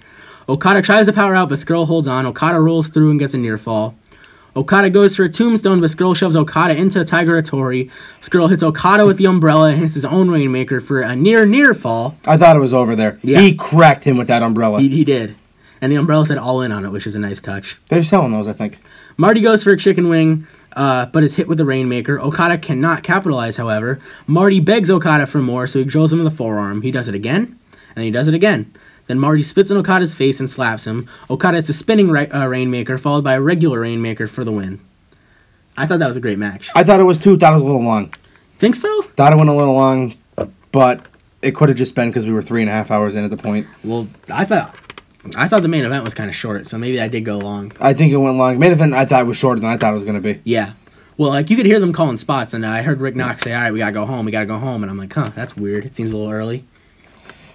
Speaker 1: Okada tries to power out, but Skrull holds on. Okada rolls through and gets a near fall. Okada goes for a tombstone, but Skrull shoves Okada into Tiger Atori. Skrull hits Okada with the umbrella and hits his own Rainmaker for a near near fall.
Speaker 2: I thought it was over there.
Speaker 1: Yeah.
Speaker 2: He cracked him with that umbrella.
Speaker 1: He, he did. And the umbrella said all in on it, which is a nice touch.
Speaker 2: They're selling those, I think.
Speaker 1: Marty goes for a chicken wing, uh, but is hit with a rainmaker. Okada cannot capitalize, however. Marty begs Okada for more, so he drills him in the forearm. He does it again, and he does it again. Then Marty spits in Okada's face and slaps him. Okada hits a spinning ra- uh, Rainmaker, followed by a regular Rainmaker for the win. I thought that was a great match.
Speaker 2: I thought it was two. Thought it was a little long.
Speaker 1: Think so?
Speaker 2: Thought it went a little long, but it could have just been because we were three and a half hours in at the point.
Speaker 1: Well, I thought I thought the main event was kind of short, so maybe I did go long.
Speaker 2: I think it went long. Main event I thought was shorter than I thought it was gonna be.
Speaker 1: Yeah. Well, like you could hear them calling spots, and I heard Rick Knox say, "All right, we gotta go home. We gotta go home." And I'm like, "Huh, that's weird. It seems a little early."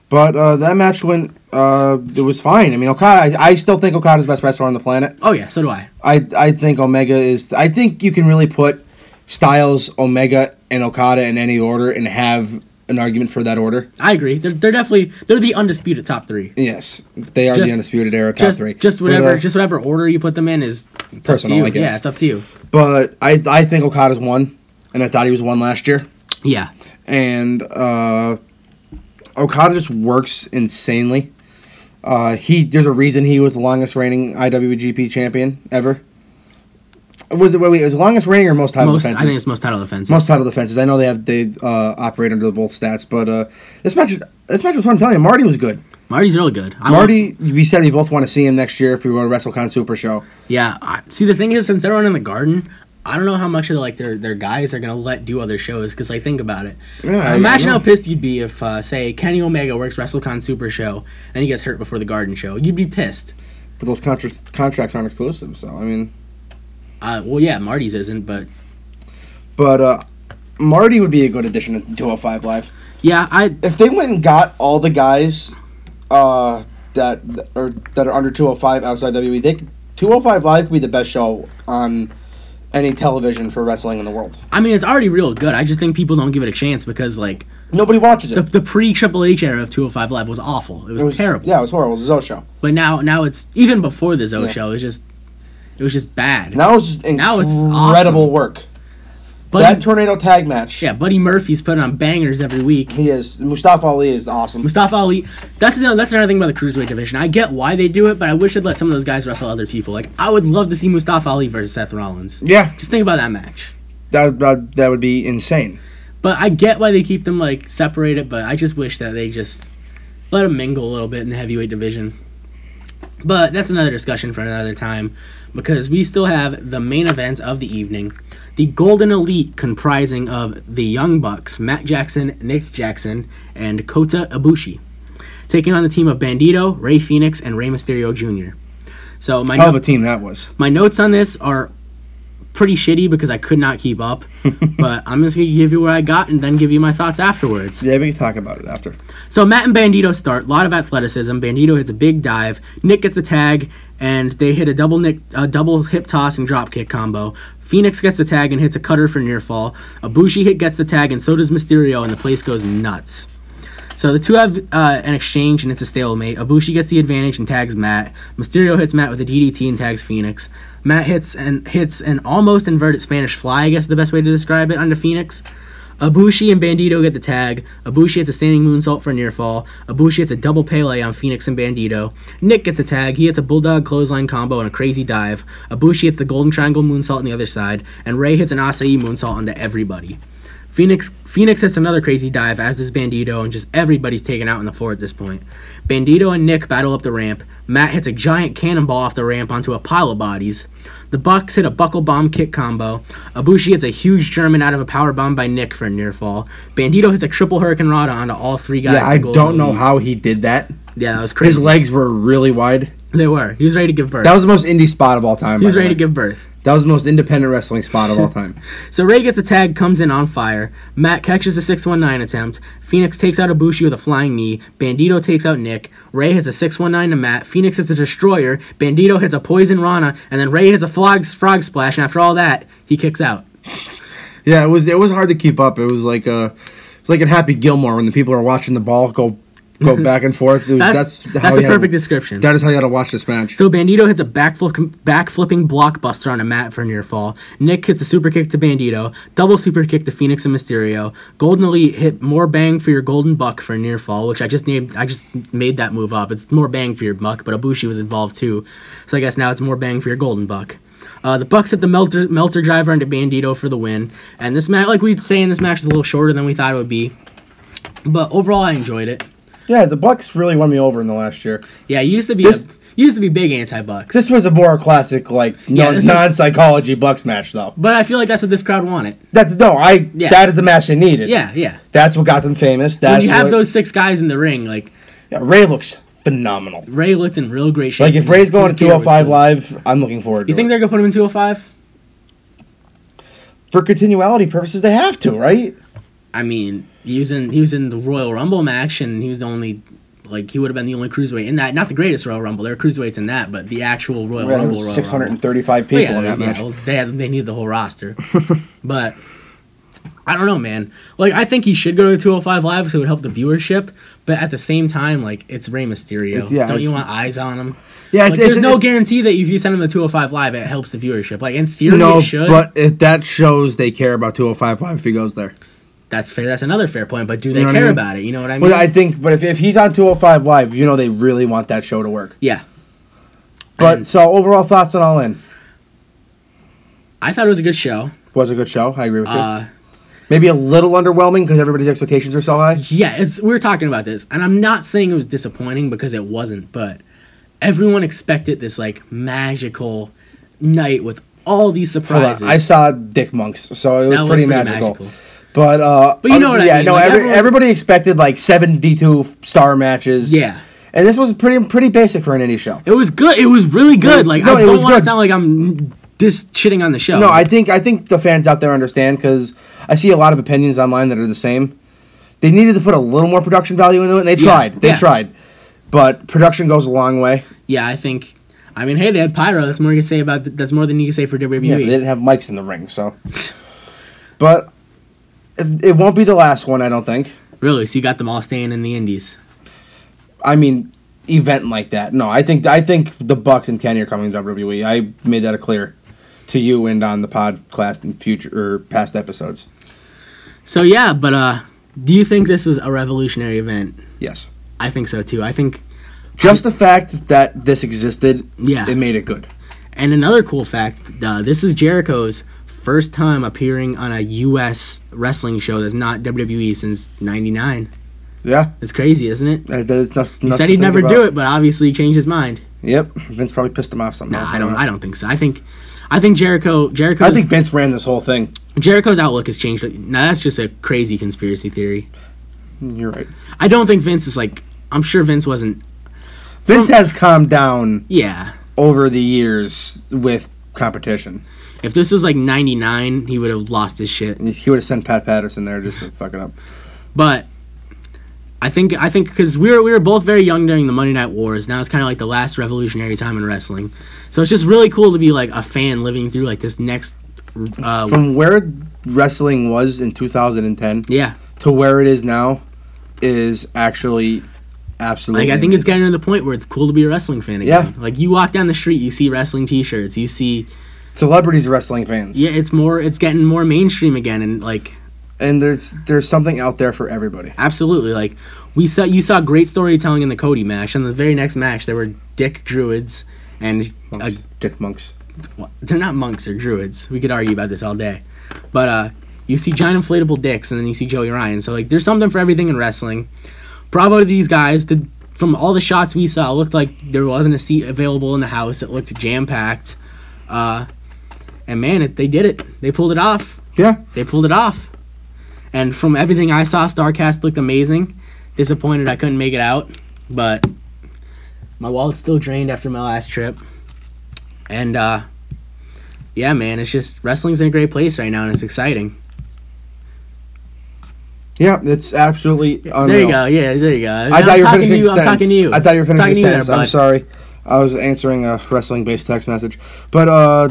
Speaker 2: But uh, that match went. Uh, it was fine. I mean, Okada. I, I still think Okada's best wrestler on the planet.
Speaker 1: Oh yeah, so do I.
Speaker 2: I I think Omega is. I think you can really put Styles, Omega, and Okada in any order and have an argument for that order.
Speaker 1: I agree. They're, they're definitely they're the undisputed top three.
Speaker 2: Yes, they are
Speaker 1: Just-
Speaker 2: the undisputed era top
Speaker 1: Just
Speaker 2: three.
Speaker 1: just whatever
Speaker 2: But, uh,
Speaker 1: just whatever order you put them in is it's
Speaker 2: Personal,
Speaker 1: up to you.
Speaker 2: I guess.
Speaker 1: Yeah, it's up to you.
Speaker 2: But I I think Okada's won, and I thought he was one last year.
Speaker 1: Yeah.
Speaker 2: and uh, Okada just works insanely. Uh, he there's a reason he was the longest reigning IWGP champion ever. Was it wait, wait it was the longest reigning or most title
Speaker 1: Most
Speaker 2: defenses?
Speaker 1: I think it's most title defenses.
Speaker 2: most title defenses. I know they have they uh, operate under both stats, but uh, this match this match was fun. I'm telling you, Marty was good.
Speaker 1: Marty's really good. I want-
Speaker 2: Marty, we said we both want to see him next year if we go to WrestleCon Super Show.
Speaker 1: Yeah. I, see, the thing is, since everyone in the garden, I don't know how much of like their their guys are gonna let do other shows. Because like, think about it.
Speaker 2: Yeah,
Speaker 1: Uh,
Speaker 2: I-
Speaker 1: imagine
Speaker 2: I
Speaker 1: how
Speaker 2: know.
Speaker 1: pissed you'd be if, uh, say, Kenny Omega works WrestleCon Super Show and he gets hurt before the Garden Show. You'd be pissed.
Speaker 2: But those contra- contracts aren't exclusive, so I mean,
Speaker 1: Uh, well, yeah, Marty's isn't, but
Speaker 2: but uh, Marty would be a good addition to 205 Live.
Speaker 1: yeah, I
Speaker 2: if they went and got all the guys uh, that or that are under 205 outside WWE, they could- 205 Live could be the best show on any television for wrestling in the world.
Speaker 1: I mean, it's already real good. I just think people don't give it a chance because like
Speaker 2: Nobody watches it.
Speaker 1: the, the pre Triple H era of 205 Live was awful. It was,
Speaker 2: It was-
Speaker 1: terrible.
Speaker 2: Yeah, it was horrible. It was a Zoe show.
Speaker 1: But now now it's even before the Zoe
Speaker 2: Yeah.
Speaker 1: Show, it's just it was just bad.
Speaker 2: Now it's just
Speaker 1: Now it's
Speaker 2: incredible
Speaker 1: awesome.
Speaker 2: work.
Speaker 1: Buddy,
Speaker 2: that tornado tag match.
Speaker 1: yeah, Buddy Murphy's putting on bangers every week.
Speaker 2: He is Mustafa Ali is awesome.
Speaker 1: Mustafa Ali. That's another, that's another thing about the cruiserweight division. I get why they do it, but I wish they'd let some of those guys wrestle other people. Like I would love to see Mustafa Ali versus Seth Rollins.
Speaker 2: yeah,
Speaker 1: Just think about that match.
Speaker 2: that, that that would be insane.
Speaker 1: But I get why they keep them like separated. But I just wish that they just let them mingle a little bit in the heavyweight division. But that's another discussion for another time, because we still have the main events of the evening, the Golden Elite comprising of the Young Bucks, Matt Jackson, Nick Jackson, and Kota Ibushi, taking on the team of Bandito, Ray Phoenix, and Rey Mysterio Jr. So my
Speaker 2: Hell
Speaker 1: no-
Speaker 2: of a team that was.
Speaker 1: my notes on this are pretty shitty because I could not keep up, but I'm just gonna give you what I got and then give you my thoughts afterwards.
Speaker 2: Yeah, we can talk about it after.
Speaker 1: So Matt and Bandito start. A lot of athleticism. Bandito hits a big dive. Nick gets a tag, and they hit a double nick, a double hip toss and drop kick combo. Phoenix gets the tag and hits a cutter for near fall. Abushi hit gets the tag, and so does Mysterio, and the place goes nuts. So the two have uh, an exchange, and it's a stalemate. Abushi gets the advantage and tags Matt. Mysterio hits Matt with a DDT and tags Phoenix. Matt hits and hits an almost inverted Spanish fly, I guess is the best way to describe it, onto Phoenix. Abushi and Bandito get the tag. Abushi hits a standing moonsault for a near fall. Abushi hits a double Pele on Phoenix and Bandito. Nick gets a tag. He hits a bulldog clothesline combo and a crazy dive. Abushi hits the golden triangle moonsault on the other side, and Ray hits an acai moonsault onto everybody. Phoenix Phoenix hits another crazy dive, as does Bandito, and just everybody's taken out on the floor at this point. Bandito and Nick battle up the ramp. Matt hits a giant cannonball off the ramp onto a pile of bodies. The Bucks hit a buckle bomb kick combo. Abushi hits a huge German out of a power bomb by Nick for a near fall. Bandito hits a triple hurricane rod onto all three guys.
Speaker 2: Yeah, I
Speaker 1: to go to
Speaker 2: don't
Speaker 1: the
Speaker 2: know
Speaker 1: lead.
Speaker 2: how he did that.
Speaker 1: Yeah, that was
Speaker 2: His
Speaker 1: crazy.
Speaker 2: legs were really wide.
Speaker 1: they were. He was ready to give birth.
Speaker 2: That was the most indie spot of all time.
Speaker 1: he was ready to give birth.
Speaker 2: That was the most independent wrestling spot of all time.
Speaker 1: So Ray gets a tag, comes in on fire. Matt catches a 619 attempt. Phoenix takes out Ibushi with a flying knee. Bandito takes out Nick. Ray hits a 619 to Matt. Phoenix hits a destroyer. Bandito hits a poison Rana, and then Ray hits a frog, frog splash. And after all that, he kicks out.
Speaker 2: yeah, it was it was hard to keep up. It was like a it's like in Happy Gilmore when the people are watching the ball go go back and forth. It was-
Speaker 1: That's that's, a
Speaker 2: how you had to-
Speaker 1: perfect description.
Speaker 2: That is how you got to watch this match.
Speaker 1: So Bandito hits a backflip, backflipping blockbuster on a mat for a near fall. Nick hits a super kick to Bandito, double super kick to Phoenix and Mysterio. Golden Elite hit more bang for your golden buck for a near fall, which I just named. I just made that move up. It's more bang for your buck, but Abushi was involved too, so I guess now it's more bang for your golden buck. Uh, the Bucks hit the Meltzer, Meltzer driver into Bandito for the win. And this match, like we say, in this match is a little shorter than we thought it would be, but overall I enjoyed it.
Speaker 2: Yeah, the Bucks really won me over in the last year.
Speaker 1: Yeah, you used to be
Speaker 2: This-
Speaker 1: a, you used to be big anti Bucks,
Speaker 2: This was a more classic, like
Speaker 1: Yeah,
Speaker 2: non
Speaker 1: this is-
Speaker 2: psychology Bucks match, though.
Speaker 1: but I feel like that's what this crowd wanted.
Speaker 2: That's no, I.
Speaker 1: Yeah.
Speaker 2: That is the match they needed.
Speaker 1: Yeah, yeah.
Speaker 2: that's what got them famous. That's
Speaker 1: When you have
Speaker 2: what-
Speaker 1: those six guys in the ring, like
Speaker 2: Yeah, Ray looks phenomenal.
Speaker 1: Ray looked in real great shape.
Speaker 2: Like if Ray's going to
Speaker 1: His gear was
Speaker 2: 205
Speaker 1: good.
Speaker 2: live, I'm looking forward. to
Speaker 1: you think
Speaker 2: it.
Speaker 1: they're gonna put him in 205?
Speaker 2: for continuality purposes they have to, right?
Speaker 1: I mean, he was in he was in the Royal Rumble match, and he was the only like he would have been the only cruiserweight in that. Not the greatest Royal Rumble. There are cruiserweights in that, but the actual Royal
Speaker 2: Yeah, there
Speaker 1: Rumble.
Speaker 2: was
Speaker 1: Royal
Speaker 2: 635
Speaker 1: Rumble.
Speaker 2: people
Speaker 1: yeah,
Speaker 2: in that
Speaker 1: yeah,
Speaker 2: match.
Speaker 1: uh, well, they had, they needed the whole roster, but. I don't know, man. Like, I think he should go to 205 Live so it would help the viewership. But at the same time, like, it's Rey Mysterio.
Speaker 2: It's- yeah,
Speaker 1: don't you
Speaker 2: it's-
Speaker 1: want eyes on him?
Speaker 2: Yeah,
Speaker 1: Like,
Speaker 2: it's-
Speaker 1: there's
Speaker 2: it's-
Speaker 1: no
Speaker 2: it's-
Speaker 1: guarantee that if you send him to 205 Live, it helps the viewership. Like, in theory,
Speaker 2: No,
Speaker 1: it should.
Speaker 2: but if that shows they care about 205 live if he goes there.
Speaker 1: that's fair. That's another fair point. But do they
Speaker 2: know what I
Speaker 1: care
Speaker 2: mean?
Speaker 1: about it? You know what I mean?
Speaker 2: But I think, but if, if he's on 205 live, you know they really want that show to work.
Speaker 1: yeah.
Speaker 2: But
Speaker 1: And-
Speaker 2: so overall thoughts on All In
Speaker 1: I thought it was a good show.
Speaker 2: was a good show. I agree with
Speaker 1: Uh,
Speaker 2: you. Maybe a little underwhelming because everybody's expectations are so high.
Speaker 1: yeah, it's, we were talking about this, and I'm not saying it was disappointing because it wasn't, but everyone expected this like magical night with all these
Speaker 2: Hold on,
Speaker 1: surprises.
Speaker 2: I saw Dick Monks, so it was,
Speaker 1: That was
Speaker 2: pretty,
Speaker 1: pretty
Speaker 2: magical.
Speaker 1: magical.
Speaker 2: But uh,
Speaker 1: But you know what I
Speaker 2: yeah,
Speaker 1: mean,
Speaker 2: no,
Speaker 1: like,
Speaker 2: every,
Speaker 1: everyone-
Speaker 2: everybody expected like 72 star matches.
Speaker 1: Yeah.
Speaker 2: and this was pretty pretty basic for an indie show.
Speaker 1: It was good. It was really good. Like I
Speaker 2: No, it
Speaker 1: don't
Speaker 2: was
Speaker 1: want to
Speaker 2: good.
Speaker 1: sound like I'm just shitting on the show.
Speaker 2: No, I think I think the fans out there understand because I see a lot of opinions online that are the same. They needed to put a little more production value into it. And they
Speaker 1: Yeah,
Speaker 2: tried. They
Speaker 1: yeah.
Speaker 2: tried, but production goes a long way.
Speaker 1: yeah, I think. I mean, hey, they had pyro. That's more you can say about. th- That's more than you can say for E. WWE.
Speaker 2: Yeah, but they didn't have mics in the ring, so. but it, it won't be the last one, I don't think.
Speaker 1: really, so you got them all staying in the Indies.
Speaker 2: I mean, event like that. No, I think I think the Bucks and Kenny are coming to WWE. I made that clear to you and on the podcast in future or past episodes.
Speaker 1: So yeah, but uh, do you think this was a revolutionary event?
Speaker 2: Yes.
Speaker 1: I think so too. I think
Speaker 2: Just the fact that this existed,
Speaker 1: Yeah.
Speaker 2: it made it good.
Speaker 1: And another cool fact: uh, this is Jericho's first time appearing on a U.S. wrestling show that's not WWE since '99.
Speaker 2: Yeah, Uh,
Speaker 1: That's crazy, isn't it?
Speaker 2: that, that is nuts,
Speaker 1: He said he'd never do it, but obviously he changed his mind.
Speaker 2: Yep, Vince probably pissed him off somehow.
Speaker 1: Nah, I don't. I don't think so. I think, I think Jericho. Jericho's,
Speaker 2: I think Vince ran this whole thing.
Speaker 1: Jericho's outlook has changed. Now that's just a crazy conspiracy theory.
Speaker 2: You're right.
Speaker 1: I don't think Vince is like. I'm sure Vince wasn't.
Speaker 2: Vince has calmed down
Speaker 1: Yeah.
Speaker 2: over the years with competition.
Speaker 1: If this was like '99, he would have lost his shit.
Speaker 2: He would have sent Pat Patterson there just to fuck it up.
Speaker 1: But I think I think because we were we were both very young during the Monday Night Wars. Now it's kind of like the last revolutionary time in wrestling. So it's just really cool to be like a fan living through like this next. Uh,
Speaker 2: From where wrestling was in 2010
Speaker 1: yeah,
Speaker 2: to where it is now is actually absolutely.
Speaker 1: like I think it's
Speaker 2: amazing.
Speaker 1: getting to the point where it's cool to be a wrestling fan again.
Speaker 2: Yeah.
Speaker 1: Like you walk down the street, you see wrestling T-shirts, you see
Speaker 2: celebrities are wrestling fans.
Speaker 1: yeah, it's more it's getting more mainstream again, and like
Speaker 2: and there's there's something out there for everybody.
Speaker 1: absolutely like we saw you saw great storytelling in the Cody match, and the very next match there were Dick Druids and a
Speaker 2: Monks. Dick monks.
Speaker 1: well, they're not monks or druids. We could argue about this all day. But uh, you see giant inflatable dicks, and then you see Joey Ryan. So like, there's something for everything in wrestling. Bravo to these guys. The, from all the shots we saw, it looked like there wasn't a seat available in the house. It looked jam packed. Uh, and man, it, they did it. They pulled it off.
Speaker 2: Yeah,
Speaker 1: They pulled it off. And from everything I saw, Starcast looked amazing. Disappointed I couldn't make it out, but my wallet's still drained after my last trip. And uh yeah, man, it's just wrestling's in a great place right now and it's exciting.
Speaker 2: yeah, it's absolutely. Unreal.
Speaker 1: There you go. Yeah, there you go.
Speaker 2: Oh, I
Speaker 1: I'm
Speaker 2: thought you were
Speaker 1: talking
Speaker 2: finishing
Speaker 1: to you. I'm talking to you.
Speaker 2: I thought you were
Speaker 1: I'm talking
Speaker 2: finishing
Speaker 1: to you there,
Speaker 2: sentence. I'm
Speaker 1: bud.
Speaker 2: sorry. I was answering a wrestling-based text message, but uh,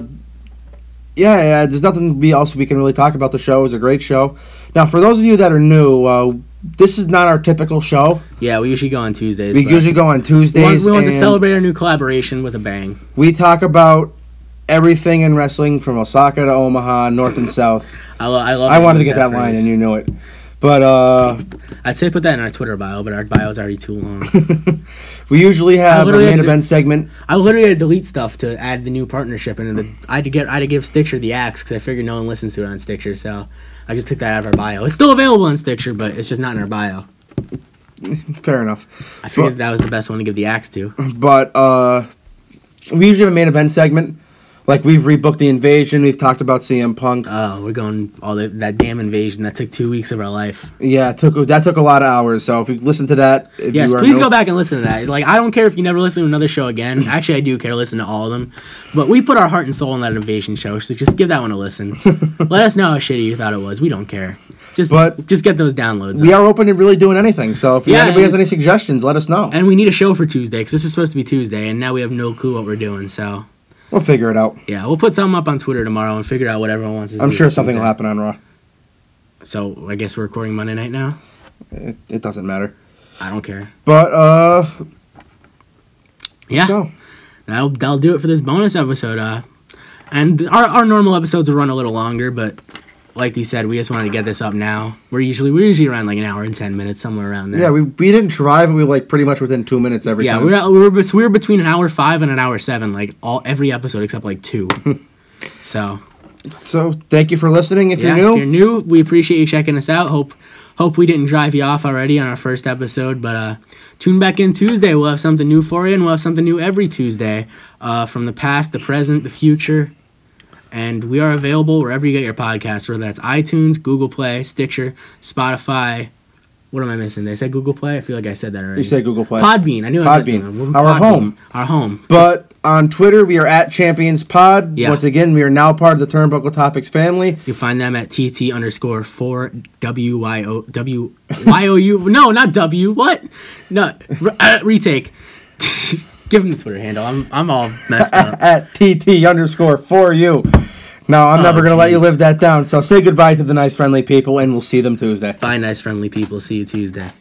Speaker 2: yeah, yeah. There's nothing we else we can really talk about. The show It was a great show. Now, for those of you that are new, uh, this is not our typical show.
Speaker 1: Yeah, we usually go on Tuesdays.
Speaker 2: We
Speaker 1: but
Speaker 2: usually go on
Speaker 1: we want,
Speaker 2: Tuesdays.
Speaker 1: we want to
Speaker 2: and
Speaker 1: celebrate our new collaboration with a bang.
Speaker 2: We talk about everything in wrestling from Osaka to Omaha, north and south.
Speaker 1: I, lo- I love.
Speaker 2: I
Speaker 1: we
Speaker 2: wanted to
Speaker 1: use
Speaker 2: get that line,
Speaker 1: phrase.
Speaker 2: and you knew it. But uh,
Speaker 1: I'd say put that in our Twitter bio, but our bio is already too long.
Speaker 2: we usually have a
Speaker 1: literally
Speaker 2: main
Speaker 1: had to-
Speaker 2: event segment.
Speaker 1: I literally had to delete stuff to add the new partnership, and the, I had to get I had to give Stitcher the axe because I figured no one listens to it on Stitcher, so I just took that out of our bio. It's still available on Stitcher, but it's just not in our bio.
Speaker 2: fair enough.
Speaker 1: I figured that was the best one to give the axe to.
Speaker 2: But uh, we usually have a main event segment. Like we've rebooked the invasion. We've talked about CM Punk.
Speaker 1: Oh, we're going all the, that damn invasion that took two weeks of our life.
Speaker 2: yeah, it took that took a lot of hours. So if you listen to that, if
Speaker 1: Yes,
Speaker 2: you are
Speaker 1: please
Speaker 2: no-
Speaker 1: go back and listen to that. Like, I don't care if you never listen to another show again. Actually, I do care. Listen to all of them, but we put our heart and soul in that invasion show, so just give that one a listen. Let us know how shitty you thought it was. We don't care. Just,
Speaker 2: But-
Speaker 1: just get those downloads.
Speaker 2: We are open to really doing anything. So if
Speaker 1: Yeah,
Speaker 2: anybody has
Speaker 1: and-
Speaker 2: any suggestions, let us know.
Speaker 1: and we need a show for Tuesday because this was supposed to be Tuesday, and now we have no clue what we're doing. So,
Speaker 2: We'll figure it out.
Speaker 1: yeah, we'll put something up on Twitter tomorrow and figure out what everyone wants. us to
Speaker 2: I'm
Speaker 1: do
Speaker 2: sure
Speaker 1: for
Speaker 2: something will
Speaker 1: Tuesday.
Speaker 2: happen on Raw.
Speaker 1: So, I guess we're recording Monday night now.
Speaker 2: It, it doesn't matter.
Speaker 1: I don't care.
Speaker 2: But uh,
Speaker 1: Yeah.
Speaker 2: So
Speaker 1: that'll, that'll do it for this bonus episode. Uh, and our, our normal episodes will run a little longer, but like we said, we just wanted to get this up now. We're usually we're usually around like an hour and ten minutes, somewhere around there.
Speaker 2: yeah, we, we didn't drive. but We were, like pretty much within two minutes every
Speaker 1: yeah,
Speaker 2: time.
Speaker 1: we're, at- we were bes- we were between an hour five and an hour seven, like all every episode except like two. so
Speaker 2: So thank you for listening. If
Speaker 1: yeah,
Speaker 2: you're
Speaker 1: if
Speaker 2: new,
Speaker 1: you're new, we appreciate you checking us out. Hope hope we didn't drive you off already on our first episode, but uh, tune back in Tuesday. We'll have something new for you, and we'll have something new every Tuesday uh, from the past, the present, the future. And we are available wherever you get your podcasts, whether that's iTunes, Google Play, Stitcher, Spotify. What am I missing? Did I say Google Play? I feel like I said that already.
Speaker 2: you say Google Play.
Speaker 1: Podbean. I knew I was missing
Speaker 2: Podbean.
Speaker 1: one.
Speaker 2: Our home.
Speaker 1: Our home.
Speaker 2: But on Twitter, we are at Champions Pod.
Speaker 1: Yeah.
Speaker 2: Once again, we are now part of the Turnbuckle Topics family.
Speaker 1: You find them at TT underscore four W Y O W Y O U. No, not W. What? No. Re- uh, retake. Give him the Twitter handle. I'm I'm all messed up.
Speaker 2: At TT underscore for you. No, I'm never going to let you
Speaker 1: jeez.
Speaker 2: live that down. So say goodbye to the nice, friendly people, and we'll see them Tuesday.
Speaker 1: Bye, nice friendly people. See you Tuesday.